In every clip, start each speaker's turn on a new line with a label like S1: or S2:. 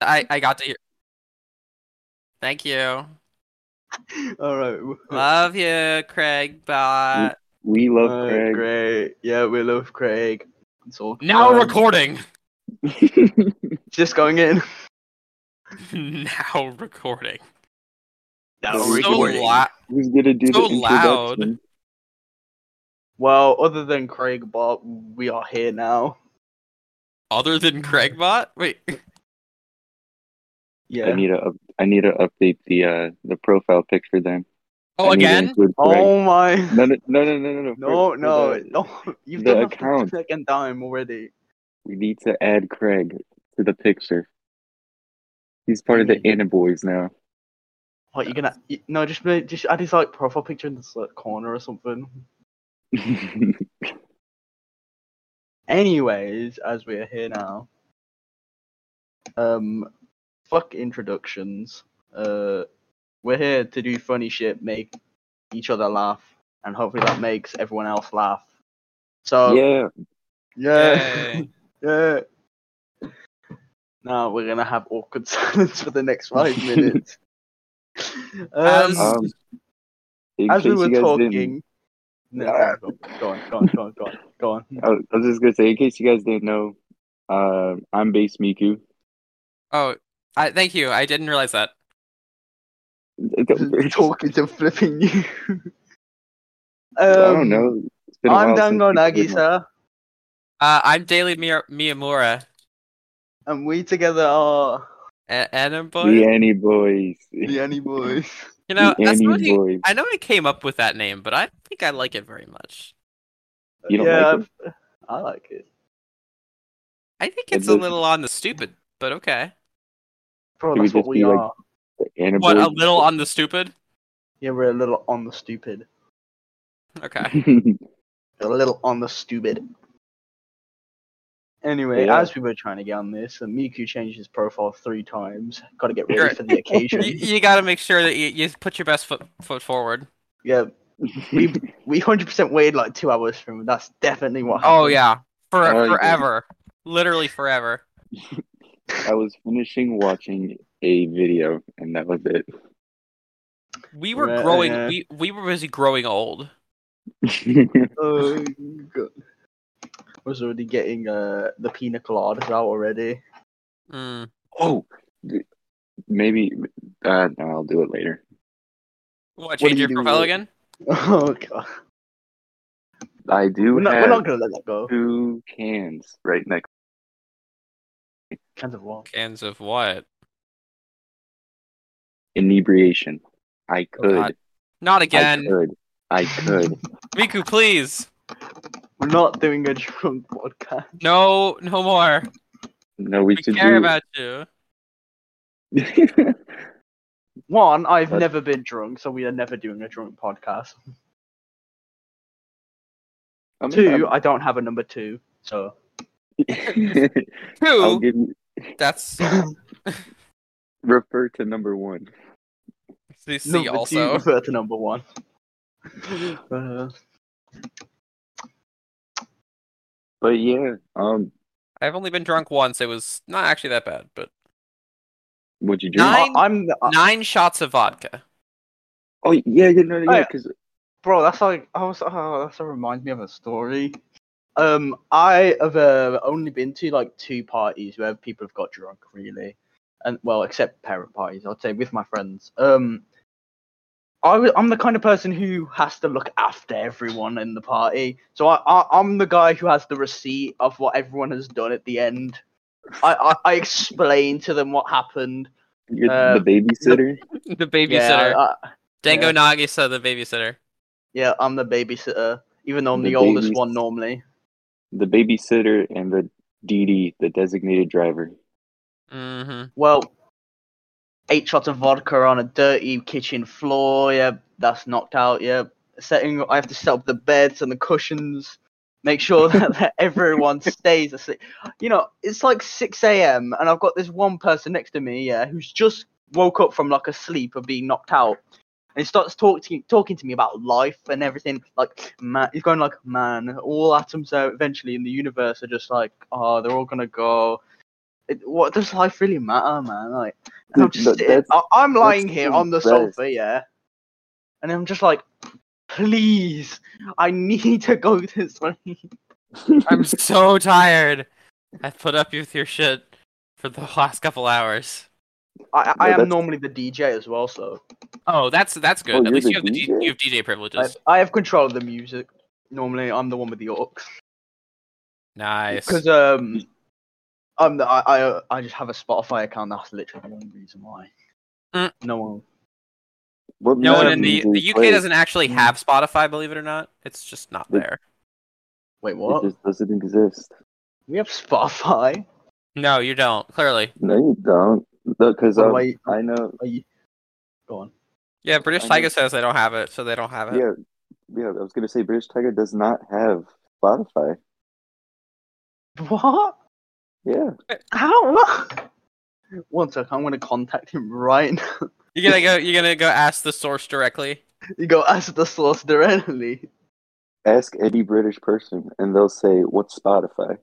S1: I I got to hear. Thank you.
S2: All right.
S1: Love you, Craig Bot.
S3: We love
S2: All right,
S3: Craig.
S2: Great. Yeah, we love Craig. So
S1: Now
S2: um,
S1: recording.
S2: Just going in.
S1: now recording.
S3: Now
S1: so
S3: recording.
S1: loud.
S3: Who's gonna do
S1: So
S3: the
S1: loud.
S3: introduction?
S2: Well, other than Craig Bob, we are here now.
S1: Other than Craig Bot? Wait.
S2: Yeah.
S3: I need to up- I need to update the uh the profile picture then.
S1: Oh,
S3: I need to
S1: again?
S3: include Craig.
S2: oh my.
S3: No, no, no, no, no,
S2: No,
S3: no. For- for
S2: no,
S3: the-
S2: no. You've
S3: the
S2: done that
S3: account.
S2: the second time already.
S3: We need to add Craig to the picture. He's part of the
S2: Mhm.
S3: Anna Boys now.
S2: What, you're gonna. You, no, just, ma- just add his like profile picture in this like, corner or something. Anyways, as we are here now, um, fuck introductions. Uh, we're here to do funny shit, make each other laugh, and hopefully that makes everyone else laugh. So
S3: yeah. Uh,
S2: yeah, yeah. Now we're gonna have awkward silence for the next five minutes.
S1: As-
S2: um,
S3: Um, in
S2: as we
S3: case
S2: were
S3: you guys
S2: talking,
S3: didn't,
S2: no, go on, go on, go on, go on, go on.
S3: I was I was just gonna say, in case you guys didn't know, uh, I'm Base Miku.
S1: Oh, I thank you. I didn't realize that.
S2: talking to flipping you. um,
S3: I don't know. It's been a
S2: I'm
S3: while since
S2: Dango
S3: we've
S2: Nagi,
S3: been on.
S2: sir,
S1: Uh, I'm Daily Mia- Miyamura.
S2: and we together are
S1: A- Adam Boy?
S3: The Annie Boys.
S2: the Annie Boys.
S1: You know,
S3: the
S1: that's
S3: Annie
S1: not e-
S3: Boys.
S1: I know I came up with that name, but I don't think I like it very much.
S3: You don't
S2: yeah,
S3: like it?
S2: I've- I like it.
S1: I think
S3: It
S1: it's a
S3: looks-
S1: little on the stupid, but okay.
S2: Bro,
S3: Should we
S2: that's what
S3: just
S2: we
S3: be, like-
S2: are.
S3: The Anna
S1: What, a
S3: Boys.
S1: little on the stupid?
S2: Yeah, we're a little on the stupid.
S1: Okay.
S2: A little on the stupid. Anyway,
S3: Yeah.
S2: as we were trying to get on this, and Miku changed his profile three times. Got to get ready
S1: Right.
S2: for the
S1: you,
S2: occasion.
S1: you got to make sure that you, you put your best foot foot forward.
S2: yeah, we hundred percent waited like two hours from. him. That's definitely what. Happened.
S1: Oh yeah, for
S3: Oh, yeah.
S1: forever, literally forever.
S3: I was finishing watching a video, and that was it.
S1: We were
S2: Right,
S1: growing.
S2: yeah.
S1: We we were busy growing old.
S2: Oh, God. Was already getting uh, the pina coladas out already.
S1: Mm.
S3: oh, th- maybe. Uh, no, I'll do it later.
S1: What?
S2: do
S1: Change
S2: you
S1: your
S2: do
S1: profile
S2: with-
S1: again?
S2: Oh God,
S3: I do
S2: we're not,
S3: have
S2: we're not gonna let that go.
S3: two cans right next.
S2: Kind of wrong.
S1: Cans of what?
S3: Inebriation. I could.
S1: Oh, God. Not
S3: I
S1: again,
S3: could. I could.
S1: Miku. Please,
S2: We're not doing a drunk podcast.
S1: no, no more.
S3: No, we,
S1: We
S3: should
S1: care
S3: do.
S1: about you.
S2: One, I've
S3: That's-
S2: never been drunk, so we are never doing a drunk podcast.
S3: I mean,
S2: Two, I don't have a number two, so
S3: I'm-
S1: Who?
S3: I'll give you
S1: That's
S3: refer to number one.
S1: the C
S2: number two
S1: also.
S2: refer to number one. Uh,
S3: But yeah, um,
S1: I've only been drunk once. It was not actually that bad, but
S3: what'd you do?
S1: Nine-
S2: I, I'm I-
S1: nine shots of vodka.
S3: Oh yeah, yeah, no, no,
S2: Oh,
S3: yeah,
S2: yeah.
S3: because
S2: bro. That's like I was. Oh, that's that reminds me of a story. Um, I have uh, only been to like two parties where people have got drunk, really, and well, except parent parties. I'd say with my friends. Um, I w- I'm the kind of person who has to look after everyone in the party, so I, I I'm the guy who has the receipt of what everyone has done at the end. I I, I explain to them what happened.
S3: you're
S2: Uh,
S3: the babysitter.
S1: The babysitter.
S2: Yeah, I-
S1: Dango
S2: yeah.
S1: Nagi said the babysitter.
S2: Yeah, I'm the babysitter, even though I'm
S3: The
S2: the, oldest
S3: babies-
S2: one normally.
S3: the babysitter and the DD, the designated driver.
S1: hmm
S2: Well, eight shots of vodka on a dirty kitchen floor. Yeah, that's knocked out. Yeah, setting. I have to set up the beds and the cushions. Make sure that, that everyone stays asleep. You know, it's like 6 a.m. and I've got this one person next to me, yeah, who's just woke up from like a sleep of being knocked out. And he starts talking talking to me about life and everything. Like, man, he's going like, man, all atoms are eventually in the universe are just like, oh, they're all gonna go It, what does life really matter, man? Like, and I'm
S3: Dude,
S2: just,
S3: that- that's-
S2: I, I'm lying
S3: that's
S2: here
S3: the
S2: on the
S3: best.
S2: sofa, yeah, and I'm just like, please, I need to go to sleep.
S1: I'm so tired. I put up with your shit for the last couple hours.
S2: I, I
S3: Yeah,
S2: am
S3: that's-
S2: normally the DJ as well, so
S1: Oh, that's that's good.
S3: Oh,
S1: At
S3: you're
S1: least
S3: the
S1: you have the D-
S3: DJ?
S1: you have DJ
S2: I,
S1: privileges.
S2: I have control of the music. Normally, I'm the one with the aux.
S1: nice.
S2: Because um, I'm the, I, I I just have a Spotify account. That's literally the only reason why.
S1: Mm.
S2: No one.
S3: What
S1: No one
S3: music
S1: in the
S3: do
S1: the
S3: you
S1: UK
S3: play?
S1: doesn't actually have Spotify, believe it or not. It's just not
S3: The-
S1: there.
S2: Wait,
S3: It
S2: what?
S3: just doesn't exist.
S2: We have Spotify.
S1: No, you don't. Clearly,
S3: No, you don't. Because
S2: What
S3: um,
S2: do I-
S3: I know.
S2: Are you? Go on.
S1: yeah. British
S3: I
S1: Tiger
S3: mean-
S1: says they don't have it, so they don't have it.
S3: Yeah, yeah. I was gonna say British Tiger does not have Spotify.
S2: What?
S3: Yeah,
S2: How? What? One sec. I'm gonna contact him right now.
S1: You gonna go? You gonna go ask the source directly?
S2: You go ask the source directly.
S3: ask any British person, and they'll say, "What's Spotify?"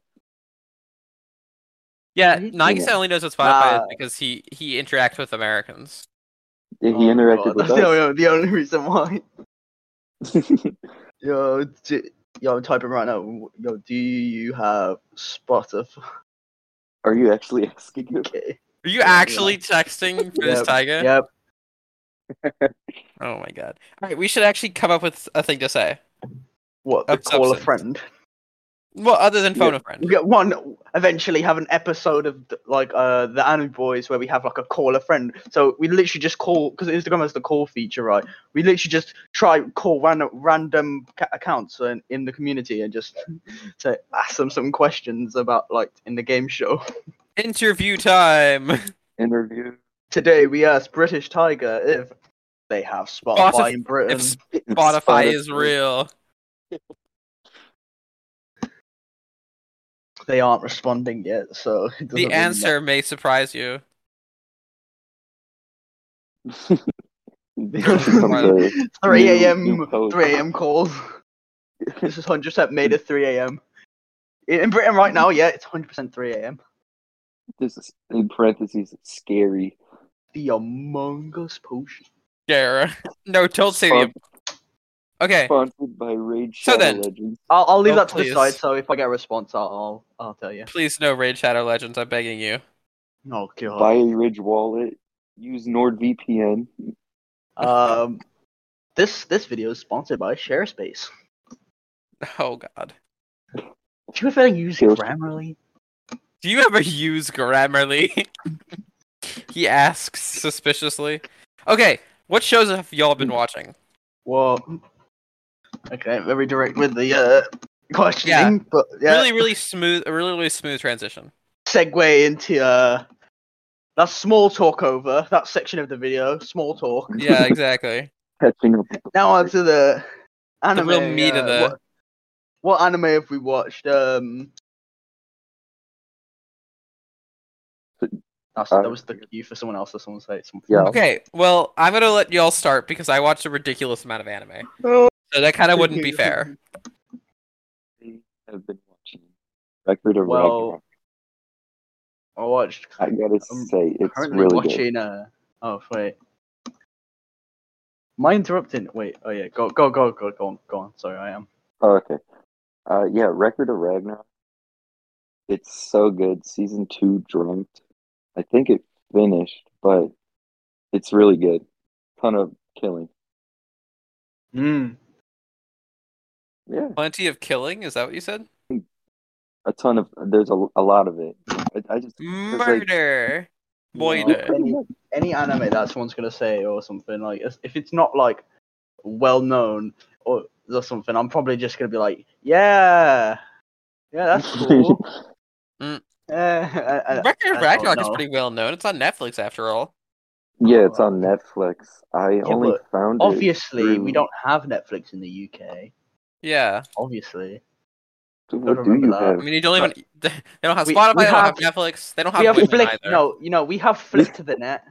S1: Yeah,
S2: Mhm.
S1: Nagisa
S3: Yeah.
S1: only knows what Spotify is
S2: Ah.
S1: because he he interacts with Americans.
S3: Yeah, he
S2: Oh,
S3: interacted
S2: God,
S3: with
S2: That's the
S3: us.
S2: only, the only reason why. Yo, d yo, I'm typing right now. Yo, do you have Spotify?
S3: Are you actually asking him?
S1: Are you
S2: Yeah.
S1: actually texting for this
S2: Yep,
S1: tiger?
S2: Yep.
S1: Oh my god! All right, we should actually come up with a thing to say.
S2: What? The
S1: Of
S2: call a
S1: substance.
S2: friend.
S1: Well, other than phone a
S2: We
S1: friend.
S2: get one eventually have an episode of th- like uh the Anime Boys where we have like a call a friend. So we literally just call because Instagram has the call feature, right? We literally just try call ran- random ca- accounts in, in the community and just to ask them some questions about like in the game show.
S1: Interview time.
S3: Interview.
S2: Today we asked British Tiger if they have Spotify
S1: Boss of-
S2: in Britain.
S1: if Spotify is real.
S2: They aren't responding yet, so it doesn't
S1: The
S2: really matter.
S1: answer may surprise you.
S3: Sometimes.
S2: Three
S3: You-
S2: a.m.
S3: you post.
S2: Three a.m. calls. This is hundred percent made at three a.m. In in Britain right now, yeah, it's hundred percent three a.m.
S3: This is in parentheses scary.
S2: The Among Us potion.
S1: Dara. No, Tilt Stadium.
S3: Spon-
S1: Okay.
S3: Sponsored by Raid
S1: So
S3: Shadow
S1: then-
S3: Legends.
S2: I'll, I'll leave
S1: Oh,
S2: that to
S1: please.
S2: the side. So if I get a response, I'll I'll, I'll tell you.
S1: Please no Raid Shadow Legends, I'm begging you.
S2: Oh
S3: Buy
S2: god.
S3: a Ridge wallet. Use NordVPN.
S2: Um, this this video is sponsored by ShareSpace.
S1: Oh god.
S2: Do you ever use
S3: Sure.
S2: Grammarly?
S1: Do you ever use Grammarly? he asks suspiciously. Okay, what shows have y'all been watching?
S2: Well, okay, very direct with the uh questioning, but yeah,
S1: Really, really smooth a really, really smooth transition.
S2: segue into uh. That's small talk over that section of the video. Small talk.
S1: Yeah, exactly.
S3: Catching up. with the
S2: now on to the anime.
S1: real meat of
S2: uh,
S1: the-
S2: What, what anime have we watched? Um, that's, that was the cue for someone else to someone say something.
S3: Yeah.
S1: Okay, well, I'm gonna let y'all start because I watched a ridiculous amount of anime. So that kinda wouldn't be fair.
S3: they have been watching. Record of
S2: Well,
S3: Ragnarok.
S2: I watched.
S3: I gotta
S2: I'm
S3: say, it's
S2: currently
S3: really good.
S2: watching. Uh, oh wait. Am I interrupting? Wait. Oh yeah. Go go go go go on go on. Sorry, I am.
S3: Oh, okay. Uh, yeah, Record of Ragnarok. It's so good. Season two dropped. I think it finished, but it's really good. Ton of killing.
S1: Hmm.
S2: Mm.
S3: Yeah,
S1: Plenty of killing, is that what you said?
S3: a ton of. There's a, a lot of it. I, I just
S1: Murder.
S2: You
S1: Boider.
S2: know, any, any anime that someone's gonna say or something like if- if it's not like well known or, or something, I'm probably just gonna be like, yeah, yeah, that's cool.
S1: Mm.
S2: Yeah, I- I-
S1: Record
S2: I
S1: of
S2: don't
S1: Ragnarok is
S2: know.
S1: pretty well known. It's on Netflix after all.
S3: yeah, it's on Netflix. I only
S2: but
S3: found it.
S2: obviously, we
S3: through-
S2: don't have Netflix in the UK.
S1: Yeah.
S2: Obviously,
S3: What do
S2: remember
S3: you
S2: that.
S1: I
S3: have?
S1: mean, you don't even. They don't have
S2: We-
S1: Spotify,
S2: we
S1: they don't have
S2: have-
S1: Netflix, they don't have,
S2: we have
S1: women
S2: flick.
S1: either.
S2: No, you know, we have flick to the net.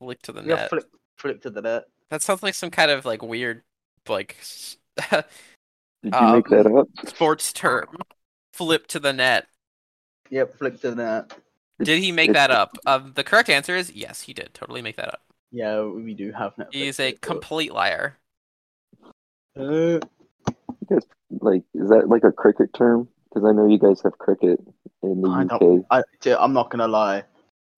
S1: Flick to the
S2: We have
S1: net.
S2: flick, flick to the net.
S1: That sounds like some kind of like weird, like s-
S3: Did you make
S1: Um,
S3: that up?
S1: sports term. Flip to the net.
S2: Yep, flicked the net.
S1: Did he make that up? Um, the correct answer is yes, he did totally make that up.
S2: Yeah, we do have Netflix.
S1: He is a complete liar.
S2: Uh,
S3: Like, is that like a cricket term? Because I know you guys have cricket in the
S2: I
S3: UK.
S2: don't. I, dude, I'm not gonna lie.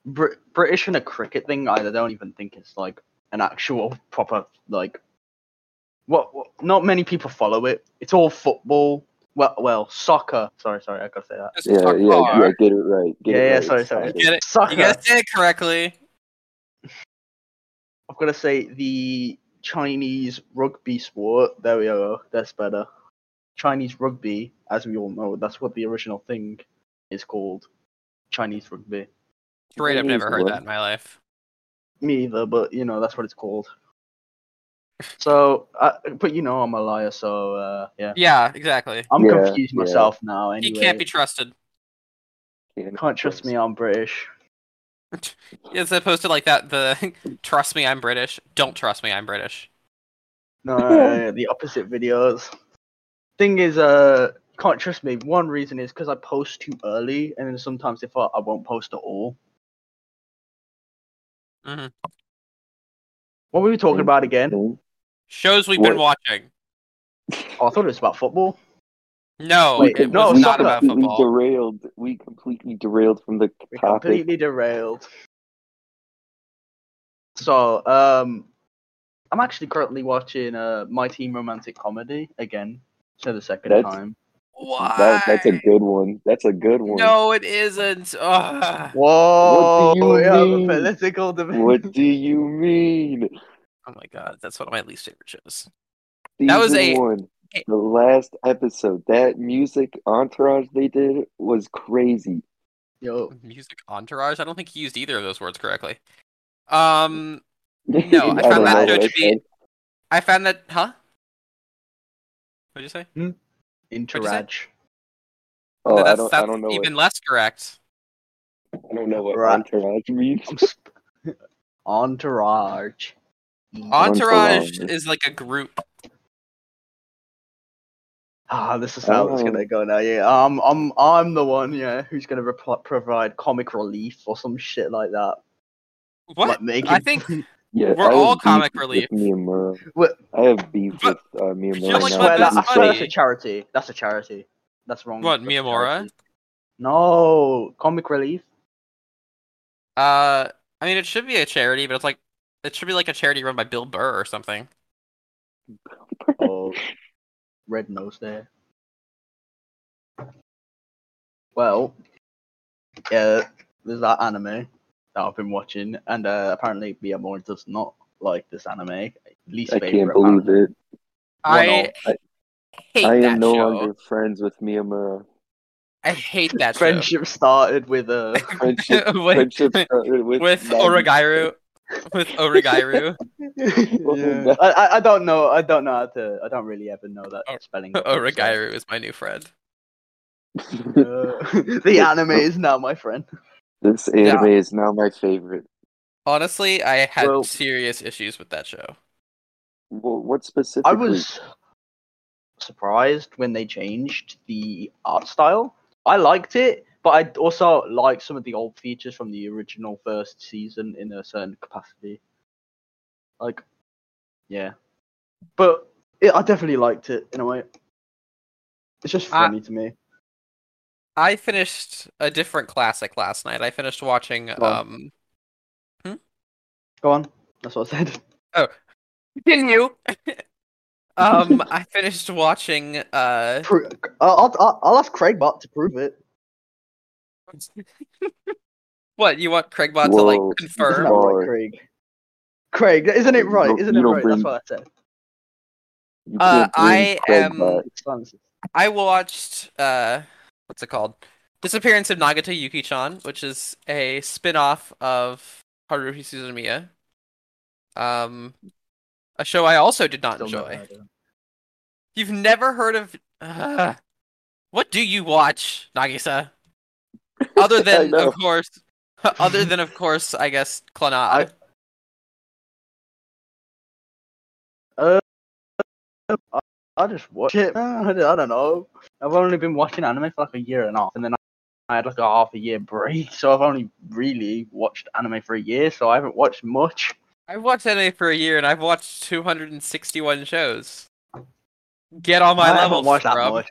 S2: Br- British and a cricket thing. I don't even think it's like an actual proper like. What, what? Not many people follow it. It's all football. Well, well, soccer. Sorry, sorry, I gotta say that.
S1: Just
S3: Yeah,
S1: talk
S3: yeah,
S1: hard.
S3: yeah. Get it right. Get
S2: Yeah,
S3: it
S2: yeah,
S3: right.
S2: sorry,
S3: It's
S2: sorry.
S3: hard.
S1: Get it?
S2: Soccer.
S1: You gotta say it correctly.
S2: I've gotta say the Chinese rugby sport. There we go. That's better. Chinese rugby, as we all know, that's what the original thing is called. Chinese rugby.
S1: Straight up,
S3: Chinese
S1: never heard
S3: what?
S1: that in my life.
S2: Me either, but you know that's what it's called. So, uh, but you know I'm a liar, so uh, yeah.
S1: Yeah, exactly.
S2: I'm
S3: Yeah,
S2: confused
S3: yeah.
S2: myself now. Anyway,
S1: He can't be trusted.
S3: Can't-
S2: Can't trust me. I'm British.
S1: As opposed to like that, the trust me, I'm British. Don't trust me, I'm British.
S2: No, the opposite videos. Thing is, uh, can't trust me. One reason is because I post too early, and then sometimes if I, I won't post at all.
S1: Mhm.
S2: What were we talking
S3: Mm.
S2: about again?
S3: Mm.
S1: Shows we've been watching.
S2: Oh, I thought it was about football.
S1: No,
S2: Wait,
S1: Oh, it
S2: no,
S1: was not
S2: soccer.
S1: about
S3: completely
S1: football.
S3: Derailed. We completely derailed from the
S2: We
S3: topic.
S2: completely derailed. So, um, I'm actually currently watching uh, My Team Romantic Comedy again for the second
S3: That's-
S2: time.
S1: Why?
S3: That, that's a good one. That's a good one.
S1: No, it isn't. Ugh.
S2: Whoa!
S3: you
S2: we have a
S3: mean?
S2: political debate.
S3: What do you mean?
S1: Oh my god, that's one of my least favorite shows. That was
S3: Season
S1: a-
S3: one, the last episode. That music entourage they did was crazy.
S2: Yo,
S1: Music entourage. I don't think he used either of those words correctly. Um,
S3: No,
S1: found that show to be- I found that. Huh? What'd you say?
S2: interage.
S3: Oh, I
S1: that's
S3: don't,
S1: that's
S3: I don't know.
S1: even
S3: What,
S1: less correct.
S3: I don't know what
S2: Right.
S3: entourage means.
S2: I'm sp- entourage.
S1: Entourage
S3: Entourage.
S1: is like a group.
S2: Ah, this is how it's
S3: Oh.
S2: gonna go now. Yeah, I'm, I'm, I'm the one. Yeah, who's gonna repl- provide comic relief or some shit like that.
S1: What?
S2: Like making,
S1: I think
S3: Yeah,
S1: We're
S3: I have
S1: all
S3: beef
S1: comic
S3: with
S1: relief.
S3: Miyamura.
S2: What-
S3: I have beef
S1: But-
S3: with uh, Miyamura.
S1: you're
S2: I
S1: like,
S3: now
S1: "Well,
S2: swear, that,
S3: because
S1: that's
S2: I
S3: he's
S2: swear that's
S1: funny."
S2: a charity. That's a charity. That's wrong.
S1: What,
S2: That's a
S1: Miyamura?
S2: charity. No, comic relief.
S1: Uh, I mean, it should be a charity, but it's like it should be like a charity run by Bill Burr or something.
S2: Oh, red nose there. Well, yeah, there's that anime that I've been watching, and uh, apparently Miyamura does not like this anime. Least
S3: I
S2: favorite.
S3: can't believe
S2: apparently.
S3: it.
S1: I
S2: One-off.
S3: I,
S1: hate
S3: I
S1: that
S3: am no
S1: show.
S3: longer friends with Miyamura.
S1: I hate that show.
S2: Friendship started with uh,
S3: Friendship,
S1: with
S3: friendship started with
S1: with
S3: Nagi.
S1: Origairu, with Origairu,
S3: Oh,
S2: yeah. I, I I don't know I don't know how to I don't really ever know that
S1: Oh,
S2: spelling. of it, so-
S1: Origairu is my new friend.
S2: Uh, the anime is now my friend.
S3: This anime is now my favorite.
S1: Honestly, I had
S2: Well-
S1: serious issues with that show.
S3: What, what specifically?
S2: I was surprised when they changed the art style. I liked it, but I also liked some of the old features from the original first season in a certain capacity. Like, yeah, but it, I definitely liked it in a way. It's just
S1: I-
S2: funny to me.
S1: I finished a different classic last night. I finished watching
S2: Go on.
S1: um
S2: Go on, that's what I said.
S1: continue. um I finished watching uh
S2: Pro- I'll, I'll, I'll ask Craigbot to prove it.
S1: what, you want Craigbot to like
S3: Whoa.
S2: Isn't that
S1: confirm?
S3: No.
S2: right,
S3: Or-
S2: Craig? Craig, isn't it
S3: You
S2: right?
S3: don't-
S2: Isn't
S3: you
S2: it
S3: don't
S2: right? That's
S3: bring-
S2: what I said.
S3: You
S1: Uh,
S3: can't blame
S1: I
S3: Craig
S1: am-
S3: Bot.
S2: It's fun.
S1: I watched uh what's it called? Disappearance of Nagata Yuki-chan, which is a spin-off of Haruhi Suzumiya. Um a show I also did not
S2: Still not
S1: enjoy.
S2: right, yeah.
S1: You've never heard of Ugh. What do you watch, Nagisa? Other
S3: I
S1: than
S3: know.
S1: of course other than of course, I guess Clannad.
S2: I, I just watch it. man. I don't know. I've only been watching anime for like a year and a half, and then I had like a half a year break, so I've only really watched anime for a year, so I haven't watched much.
S1: I've watched anime for a year and I've watched 261 shows. Get on my
S2: I
S1: level,
S2: haven't watched that
S1: scrub.
S2: much.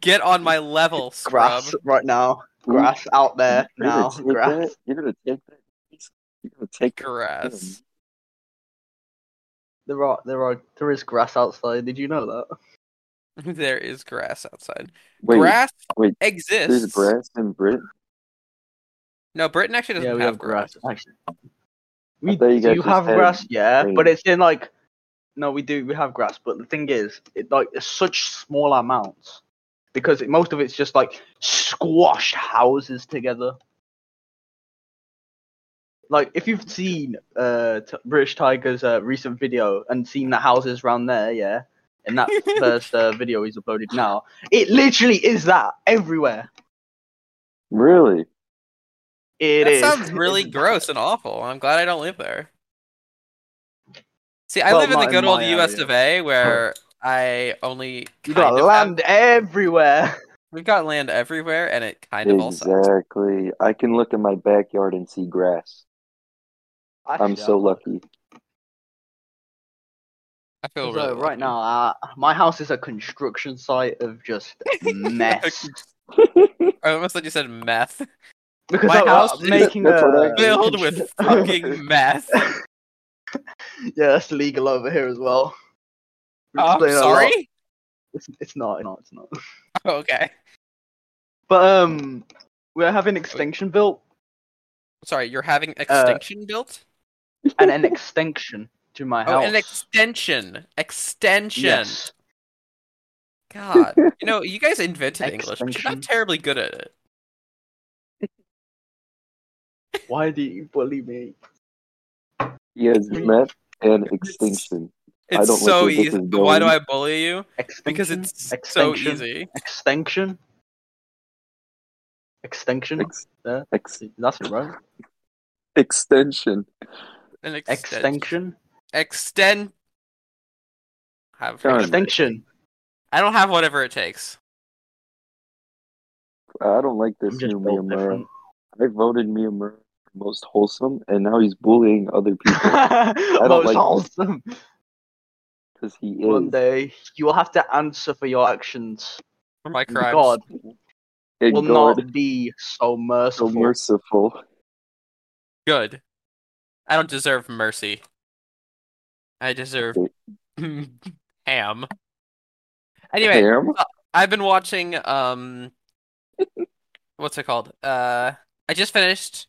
S1: Get on my level, scrub.
S2: Grass right now. Grass out there
S3: You're
S2: now.
S3: gonna take
S2: Grass.
S3: that. You're gonna take that. You're gonna take that.
S1: Grass.
S2: There are there are there is grass outside. Did you know that?
S1: There is grass outside.
S3: Hmm. Wait,
S1: grass
S3: wait, there's
S1: exists.
S3: grass in Brit.
S1: No, Britain actually doesn't
S2: yeah, we
S1: have,
S2: have grass. Actually, we
S3: thought you guys
S2: do
S3: just
S2: have
S3: had
S2: grass, yeah,
S3: rain.
S2: but it's in like no, we do we have grass, but the thing is, it like it's such small amounts because it, most of it's just like squashed houses together. Like if you've seen uh t- British Tiger's uh, recent video and seen the houses around there, yeah, in that first uh, video he's uploaded now, it literally is that everywhere.
S3: Really?
S2: It
S1: that
S2: is.
S1: sounds really gross and awful. I'm glad I don't live there. See, I
S2: Well,
S1: live in the
S2: not in
S1: good old
S2: my
S1: US
S2: area.
S1: of A where I only kind
S2: You got
S1: of have-
S2: land everywhere.
S1: we've got land everywhere and it kind of all sucks.
S3: Exactly. I can look in my backyard and see grass. I'm
S2: Actually,
S3: so lucky.
S1: I feel
S2: so
S1: really
S2: right
S1: lucky.
S2: now, uh, my house is a construction site of just mess.
S1: I almost thought you said meth.
S2: because
S1: My
S2: I'm
S1: house is
S2: making
S3: That's what
S2: a
S3: I-
S1: Filled with fucking meth.
S2: yeah, that's legal over here as well. We
S1: Oh,
S2: explain a lot.
S1: sorry?
S2: it's, it's not, it's not, it's not.
S1: Okay.
S2: But um, we're having extinction built
S1: Sorry, you're
S3: Uh,
S1: having extinction built?
S2: and an extinction to my
S1: Oh,
S2: house.
S1: an extension. Extension.
S2: Yes.
S1: God. You know, you guys invented English, but you're
S2: Extinction.
S1: not terribly good at it.
S2: Why do you bully me?
S3: He has met and extinction. I
S1: It's
S3: don't like
S1: so
S3: where this
S1: easy.
S3: is
S1: Why do I
S3: going.
S1: bully you?
S2: Extinction?
S1: Because it's so
S2: extinction,
S1: easy.
S2: Extinction. Extinction.
S3: Ex-
S2: Yeah.
S3: ex-
S2: That's it, right?
S3: extension.
S1: An extension.
S2: Extinction.
S1: Extend. Have
S3: God.
S2: Extinction.
S1: I don't have whatever it takes.
S3: I don't like this
S2: I'm just
S3: new
S2: built
S3: Miyamura.
S2: different.
S3: I voted Miyamura for most wholesome, and now he's bullying other people
S2: Most
S3: like-
S2: wholesome.
S3: because he is.
S2: One day you will have to answer for your actions.
S1: For my
S2: And
S1: crimes.
S2: God
S3: and
S2: will
S3: God
S2: not be so
S3: so
S2: merciful.
S3: merciful.
S1: Good. I don't deserve mercy. I deserve ham. Anyway,
S2: uh,
S3: Damn.
S1: I've been watching um what's it called? Uh I just finished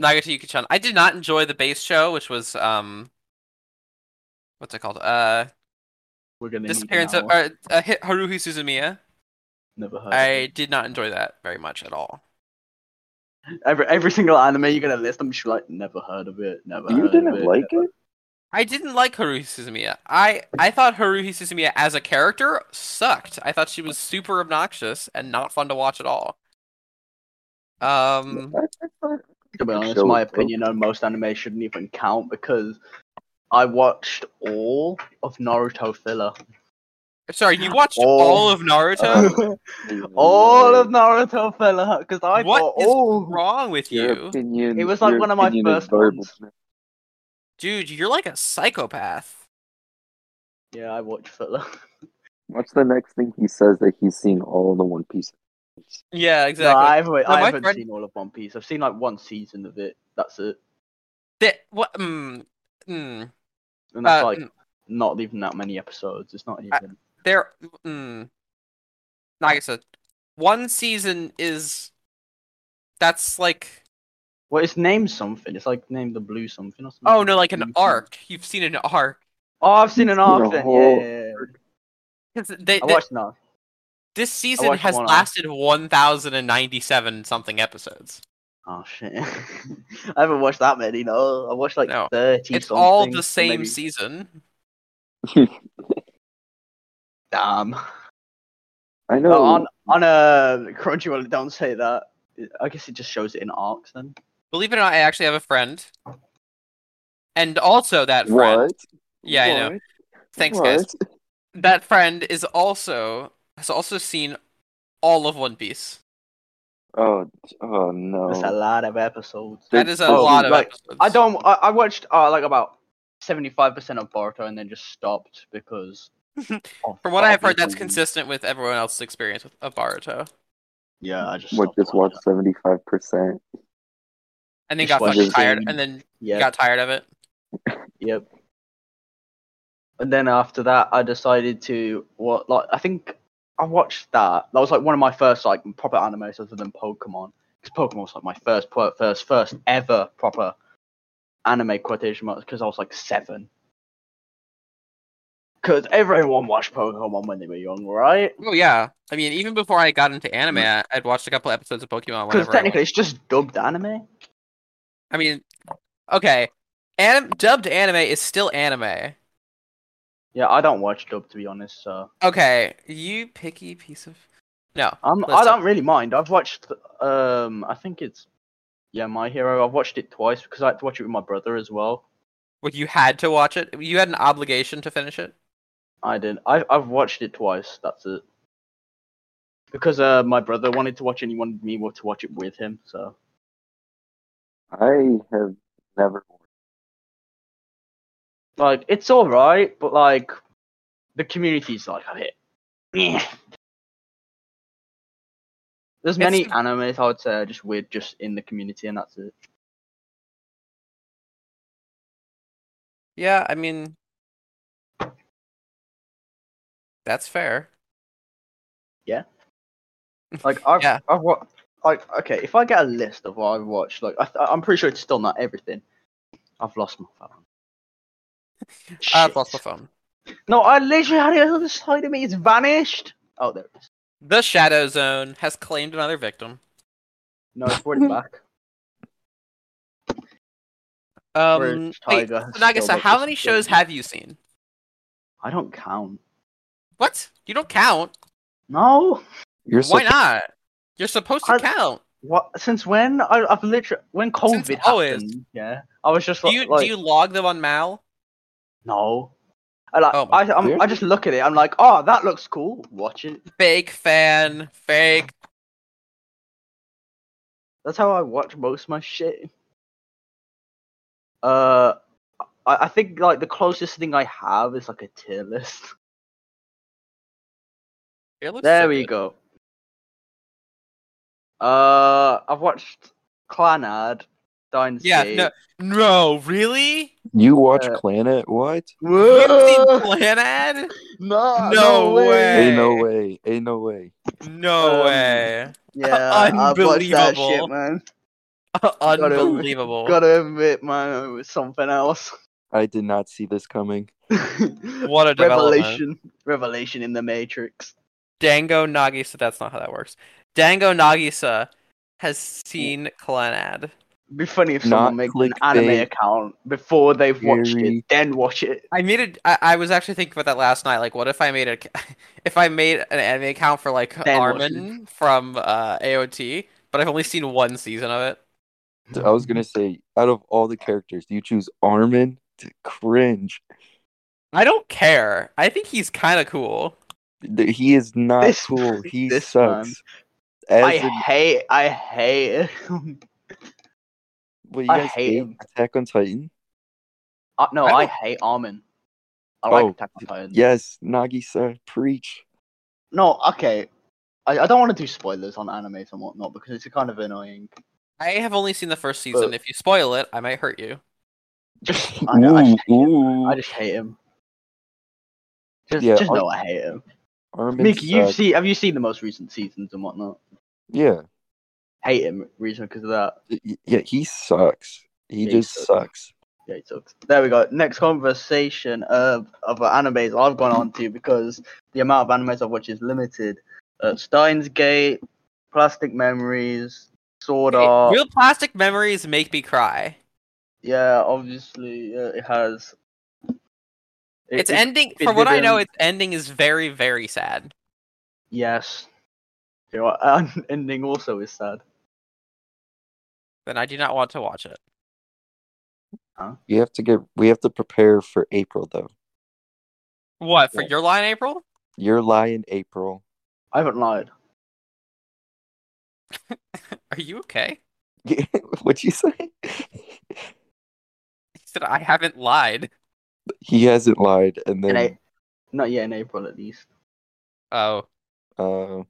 S1: Nagata Yuki-chan. I did not enjoy the base show, which was um what's it called? Uh
S2: We're gonna need
S1: Disappearance
S2: an
S1: of
S2: hour.
S1: or, uh, Hi- Haruhi Suzumiya.
S2: Never heard. of
S1: I did not enjoy that very much at all.
S2: it. Every every single anime you're gonna list, I'm just like never heard of it. Never.
S3: You
S2: heard of
S3: didn't like
S2: never-
S3: it?
S1: I didn't like Haruhi Suzumiya. I I thought Haruhi Suzumiya as a character sucked. I thought she was super obnoxious and not fun to watch at all.
S2: mm.
S1: Um
S2: To be honest,
S3: Show
S2: my
S3: it, bro.
S2: opinion on most anime shouldn't even count because I watched all of Naruto filler.
S1: sorry, you watched
S2: Oh.
S1: all of Naruto?
S2: all of Naruto filler because I
S1: What
S2: thought "Oh,
S1: is
S2: all
S1: wrong with
S3: Your
S1: you?
S3: opinion.
S2: It was like
S3: your
S2: one of my
S3: opinion is
S2: first
S3: garbage.
S2: ones.
S1: Dude, you're like a psychopath.
S2: Yeah, I watched filler.
S3: What's the next thing he says that he's seen all the One Piece?
S1: Yeah,
S2: No, I haven't,
S1: my
S2: I haven't
S1: friend-
S2: seen all of One Piece. I've seen like one season of it. That's it.
S1: That, what? Mm, mm,
S2: And that's
S1: uh,
S2: like
S1: mm,
S2: not even that many episodes. It's not even.
S1: I- there. Mm, Nagisa, one season is. That's like.
S2: Well, it's named something. It's like named the blue something or something.
S1: Oh no, like an
S2: Blue something.
S1: arc. You've seen an arc.
S2: Oh, I've seen an
S3: You've seen a
S2: arc then.
S3: whole-
S2: Yeah, yeah, yeah.
S1: 'Cause they-
S2: I
S1: they-
S2: watched an arc.
S1: this season
S2: watched
S1: has
S2: one arc.
S1: lasted 1,097 something episodes.
S2: Oh shit. I haven't watched that many. No, I watched like
S1: No.
S2: thirty.
S1: It's all
S2: something,
S1: the
S2: or
S1: same
S2: maybe-
S1: season.
S2: Damn.
S3: I know.
S1: Oh,
S2: No, on on a Crunchyroll, don't say that. I guess it just shows it in arcs then.
S1: Believe it or not, I actually have a friend. And also that friend.
S3: what?
S1: Yeah, I know.
S3: What?
S1: Thanks,
S3: what?
S1: guys. That friend is also has also seen all of One Piece.
S3: Oh, t- oh no.
S2: That's a lot of episodes.
S1: That is a
S2: Oh,
S1: lot of
S2: like,
S1: episodes.
S2: I don't. I, I watched uh, like about seventy-five percent of Boruto and then just stopped because. of-
S1: From what I have heard,
S2: obvious
S1: that's
S2: reasons.
S1: consistent with everyone else's experience with of Baruto.
S2: Yeah, I just.
S3: What
S2: stopped
S3: just
S2: watching
S3: watched seventy five percent?
S1: And then
S2: Just
S1: got fucking
S3: watches
S1: tired,
S2: them.
S1: and then
S2: it. Yeah.
S1: got tired of it.
S2: Yep. And then after that, I decided to what like I think I watched that. That was like one of my first like proper animes other than Pokemon, because Pokemon was like my first pro- first first ever proper anime quotation marks because I was like seven. Because everyone watched Pokemon when they were young, right?
S1: Oh yeah. I mean, even before I got into anime,
S2: Mm-hmm.
S1: I, I'd watched a couple episodes of Pokemon.
S2: Because
S1: Whenever I,
S2: technically, it's just dubbed anime.
S1: I mean, okay, anim- dubbed anime is still anime.
S2: Yeah, I don't watch dub to be honest. So
S1: Okay, you picky piece of no.
S2: I'm, I
S1: That's-
S2: don't really mind. I've watched, um, I think it's, yeah, My Hero. I've watched it twice because I had to watch it with my brother as well.
S1: Well, you had to watch it. You had an obligation to finish it.
S2: I didn't. I, I've watched it twice. That's it. Because uh, my brother wanted to watch it and he wanted me to watch it with him. So
S3: I have never.
S2: like, it's all right, but like, the community's like a bit. meh. There's many
S1: It's-
S2: animes I would say are just weird, just in the community, and that's it.
S1: Yeah, I mean, that's fair.
S2: Like I've
S1: Yeah.
S2: I've wa- like okay, if I get a list of what I've watched, like I th- I'm pretty sure it's still not everything. I've lost my phone.
S1: I've
S2: Shit.
S1: lost my phone.
S2: No, I literally had it on the other side of me. It's vanished. Oh, there it is.
S1: The Shadow Zone has claimed another victim.
S2: No, it's brought it back. Whereas
S1: Um, wait,
S2: Tiger has
S1: so Nagisa,
S2: still got
S1: how
S2: this
S1: many shows
S2: ability.
S1: have you seen?
S2: I don't count.
S1: What? You don't count?
S2: No,
S3: You're
S1: Why not? You're supposed to
S2: I-
S1: count.
S2: what? Since when? I, I've literally when COVID
S1: Since
S2: happened.
S1: always.
S2: Yeah, I was just
S1: Do
S2: like,
S1: you
S2: like
S1: do you log them on Mal?
S2: no. I like
S1: Oh,
S2: I I'm, I
S3: really?
S2: just look at it. I'm like, oh, that looks cool. Watch it.
S1: Fake fan, fake.
S2: That's how I watch most of my shit. Uh, I, I think like the closest thing I have is like a tier list.
S1: It looks
S2: There
S1: so
S2: we
S1: good.
S2: go. Uh, I've watched Clanad, Dynasty.
S1: Yeah, no, no, really?
S3: You watch
S2: Uh,
S3: Planet? What?
S1: You've seen
S2: Whoa!
S1: Planad?
S2: no,
S1: No way.
S3: Ain't no
S1: Hey.
S3: way. Ain't no way.
S1: No
S2: Um,
S1: way.
S2: Yeah, I've watched that shit,
S1: Unbelievable.
S2: man.
S1: Unbelievable.
S2: Gotta admit, man, it was something else.
S3: I did not see this coming.
S1: What a development.
S2: revelation, revelation in the Matrix.
S1: Dango Nagisa, that's not how that works. Dango Nagisa has seen Clanad.
S2: be funny if
S3: Not
S2: someone makes an anime
S3: clickbait.
S2: account before they've watched it,
S3: Very-
S2: then watch it.
S1: I made it. I, I was actually thinking about that last night. Like, what if I made a, if I made an anime account for like
S2: Dan Wilson.
S1: Armin from uh, AOT, but I've only seen one season of it.
S3: I was gonna say, out of all the characters, you choose Armin to cringe.
S1: I don't care. I think he's kind of cool.
S3: Th- He is not
S2: This-
S3: cool. He
S2: this man.
S3: sucks.
S2: I
S3: As in,
S2: hate, I hate. it.
S3: what, you
S2: I
S3: guys
S2: hate him.
S3: Attack on Titan?
S2: Uh, no,
S1: I
S2: I,
S1: don't-
S2: hate Armin. I
S3: Oh,
S2: like Attack on Titan.
S3: Yes, Nagisa, preach.
S2: No, okay. I, I don't want to do spoilers on animes and whatnot because it's kind of annoying.
S1: I have only seen the first season.
S2: But-
S1: if you spoil it, I might hurt you.
S2: Just, I, know, I just, hate him.
S3: ooh.
S2: I just hate him. Just,
S3: Yeah,
S2: just
S3: Ar-
S2: know I hate him.
S3: Armin
S2: Mick, you've
S3: sucks.
S2: seen, have you seen the most recent seasons and whatnot?
S3: Yeah,
S2: Hate him, reason because of that.
S3: y- y- yeah, he sucks. He
S2: Yeah, he
S3: just
S2: sucks.
S3: sucks.
S2: Yeah, it sucks. There we go. Next conversation of of animes I've gone on to because the amount of animes I've watched is limited. Uh, Steins Gate, Plastic Memories, Sword
S1: Hey,
S2: Art.
S1: Real plastic memories make me cry.
S2: Yeah, obviously uh, it has. it-
S1: It's
S2: it-
S1: ending.
S2: it
S1: From what I know,
S2: didn't-
S1: its ending is very, very sad.
S2: Yes. You know what? And ending also is sad.
S1: Then I do not want to watch it.
S3: You have to get. We have to prepare for April though.
S1: What for
S2: Yeah.
S1: your line, April?
S3: Your lie in April.
S2: I haven't lied.
S1: Are you okay?
S3: What'd you say?
S1: He said, I haven't lied.
S3: He hasn't lied, and
S2: In
S3: then
S2: a- not yet in April, at least.
S1: Oh.
S3: uh,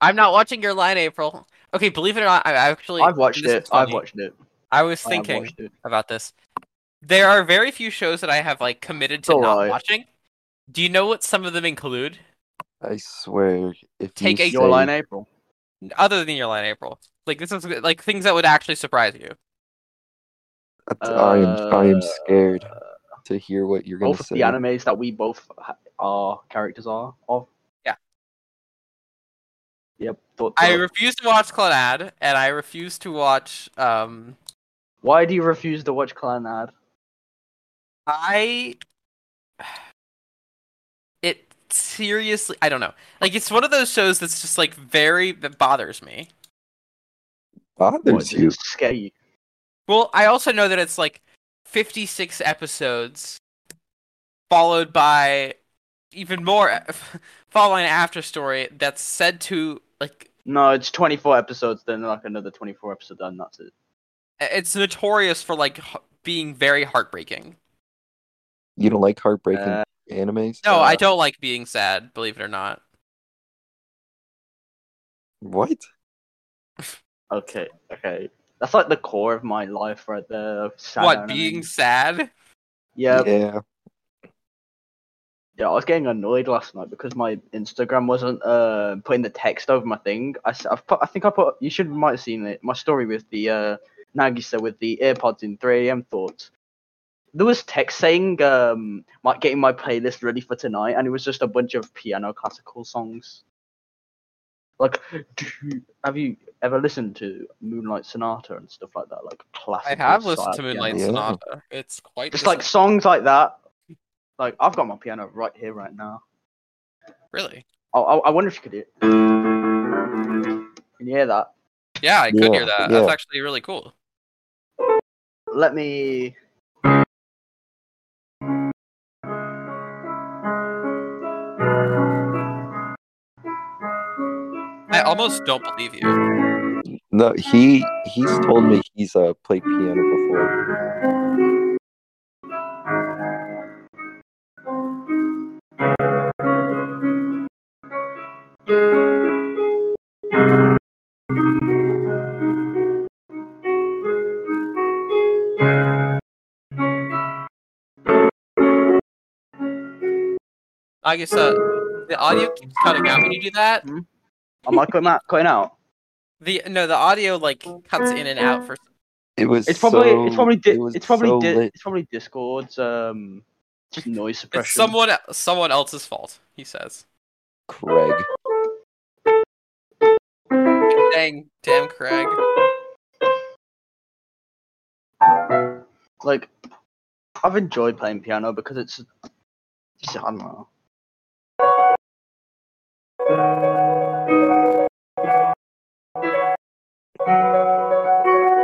S1: I'm not watching your line, April. Okay, believe it or not, I actually
S2: I've watched
S1: this
S2: it.
S1: is
S2: I've
S1: funny.
S2: watched it.
S1: I was
S2: I have
S1: thinking
S2: watched it.
S1: about this. There are very few shows that I have like committed to
S2: It's
S1: not
S2: alright.
S1: watching. Do you know what some of them include?
S3: I swear, if
S1: Take
S3: you
S1: a-
S2: Your
S3: say-
S2: line, April.
S1: Other than your line, April. Like this is like things that would actually surprise you.
S3: I am, I am
S2: Uh,
S3: scared to hear what you're gonna
S2: Both of
S3: say.
S2: the animes that we both ha- are characters are of.
S1: Yeah.
S2: Yep. Thought
S1: I
S2: so.
S1: refuse to watch Clannad, and I refuse to watch. Um,
S2: Why do you refuse to watch Clanad?
S1: I. It seriously, I don't know. Like it's one of those shows that's just like very that bothers me.
S3: bothers you.
S2: Scare you.
S1: Well, I also know that it's like 56 episodes, followed by even more following an after story that's said to like
S2: No, it's 24 episodes, then like another 24 episode, then that's it.
S1: it's notorious for like h- being very heartbreaking.
S3: You don't like heartbreaking
S2: Uh,
S3: animes?
S1: No, I
S2: Uh,
S1: don't like being sad, believe it or not.
S3: What?
S2: okay, okay. That's like the core of my life right there. Sad
S1: What
S2: anime.
S1: being sad?
S2: Yeah,
S3: Yeah.
S2: Yeah, I was getting annoyed last night because my Instagram wasn't uh, putting the text over my thing. I, have put, I think I put, you should might have seen it, my story with the uh, Nagisa with the AirPods in 3am thoughts. There was text saying, um, like getting my playlist ready for tonight, and it was just a bunch of piano classical songs. Like, do you- have you ever listened to Moonlight Sonata and stuff like that? Like
S1: I
S2: classical.
S1: have listened
S2: style
S1: to
S2: piano.
S1: Moonlight
S3: Yeah.
S1: Sonata. It's quite
S2: Just like songs like that. Like I've got my piano right here, right now.
S1: really.
S2: I, Oh, I, I wonder if you could hear. Can you hear that?
S1: Yeah, I could hear
S3: Yeah,
S1: that. That's
S3: yeah.
S1: actually really cool.
S2: Let me.
S1: I almost don't believe you.
S3: No, he he's told me he's uh played piano before.
S1: I guess uh, the audio keeps cutting out when you do that.
S2: Am I cutting out? Cutting out?
S1: The no, the audio like cuts in and out for.
S3: It was
S2: It's probably
S3: so,
S2: it's probably di-
S3: it was
S2: it's probably
S3: so
S2: di-
S3: lit.
S2: it's probably Discord's um just noise suppression.
S1: It's someone someone else's fault. He says.
S3: Craig.
S1: Dang, damn, Craig.
S2: like I've enjoyed playing piano because it's just, I don't know.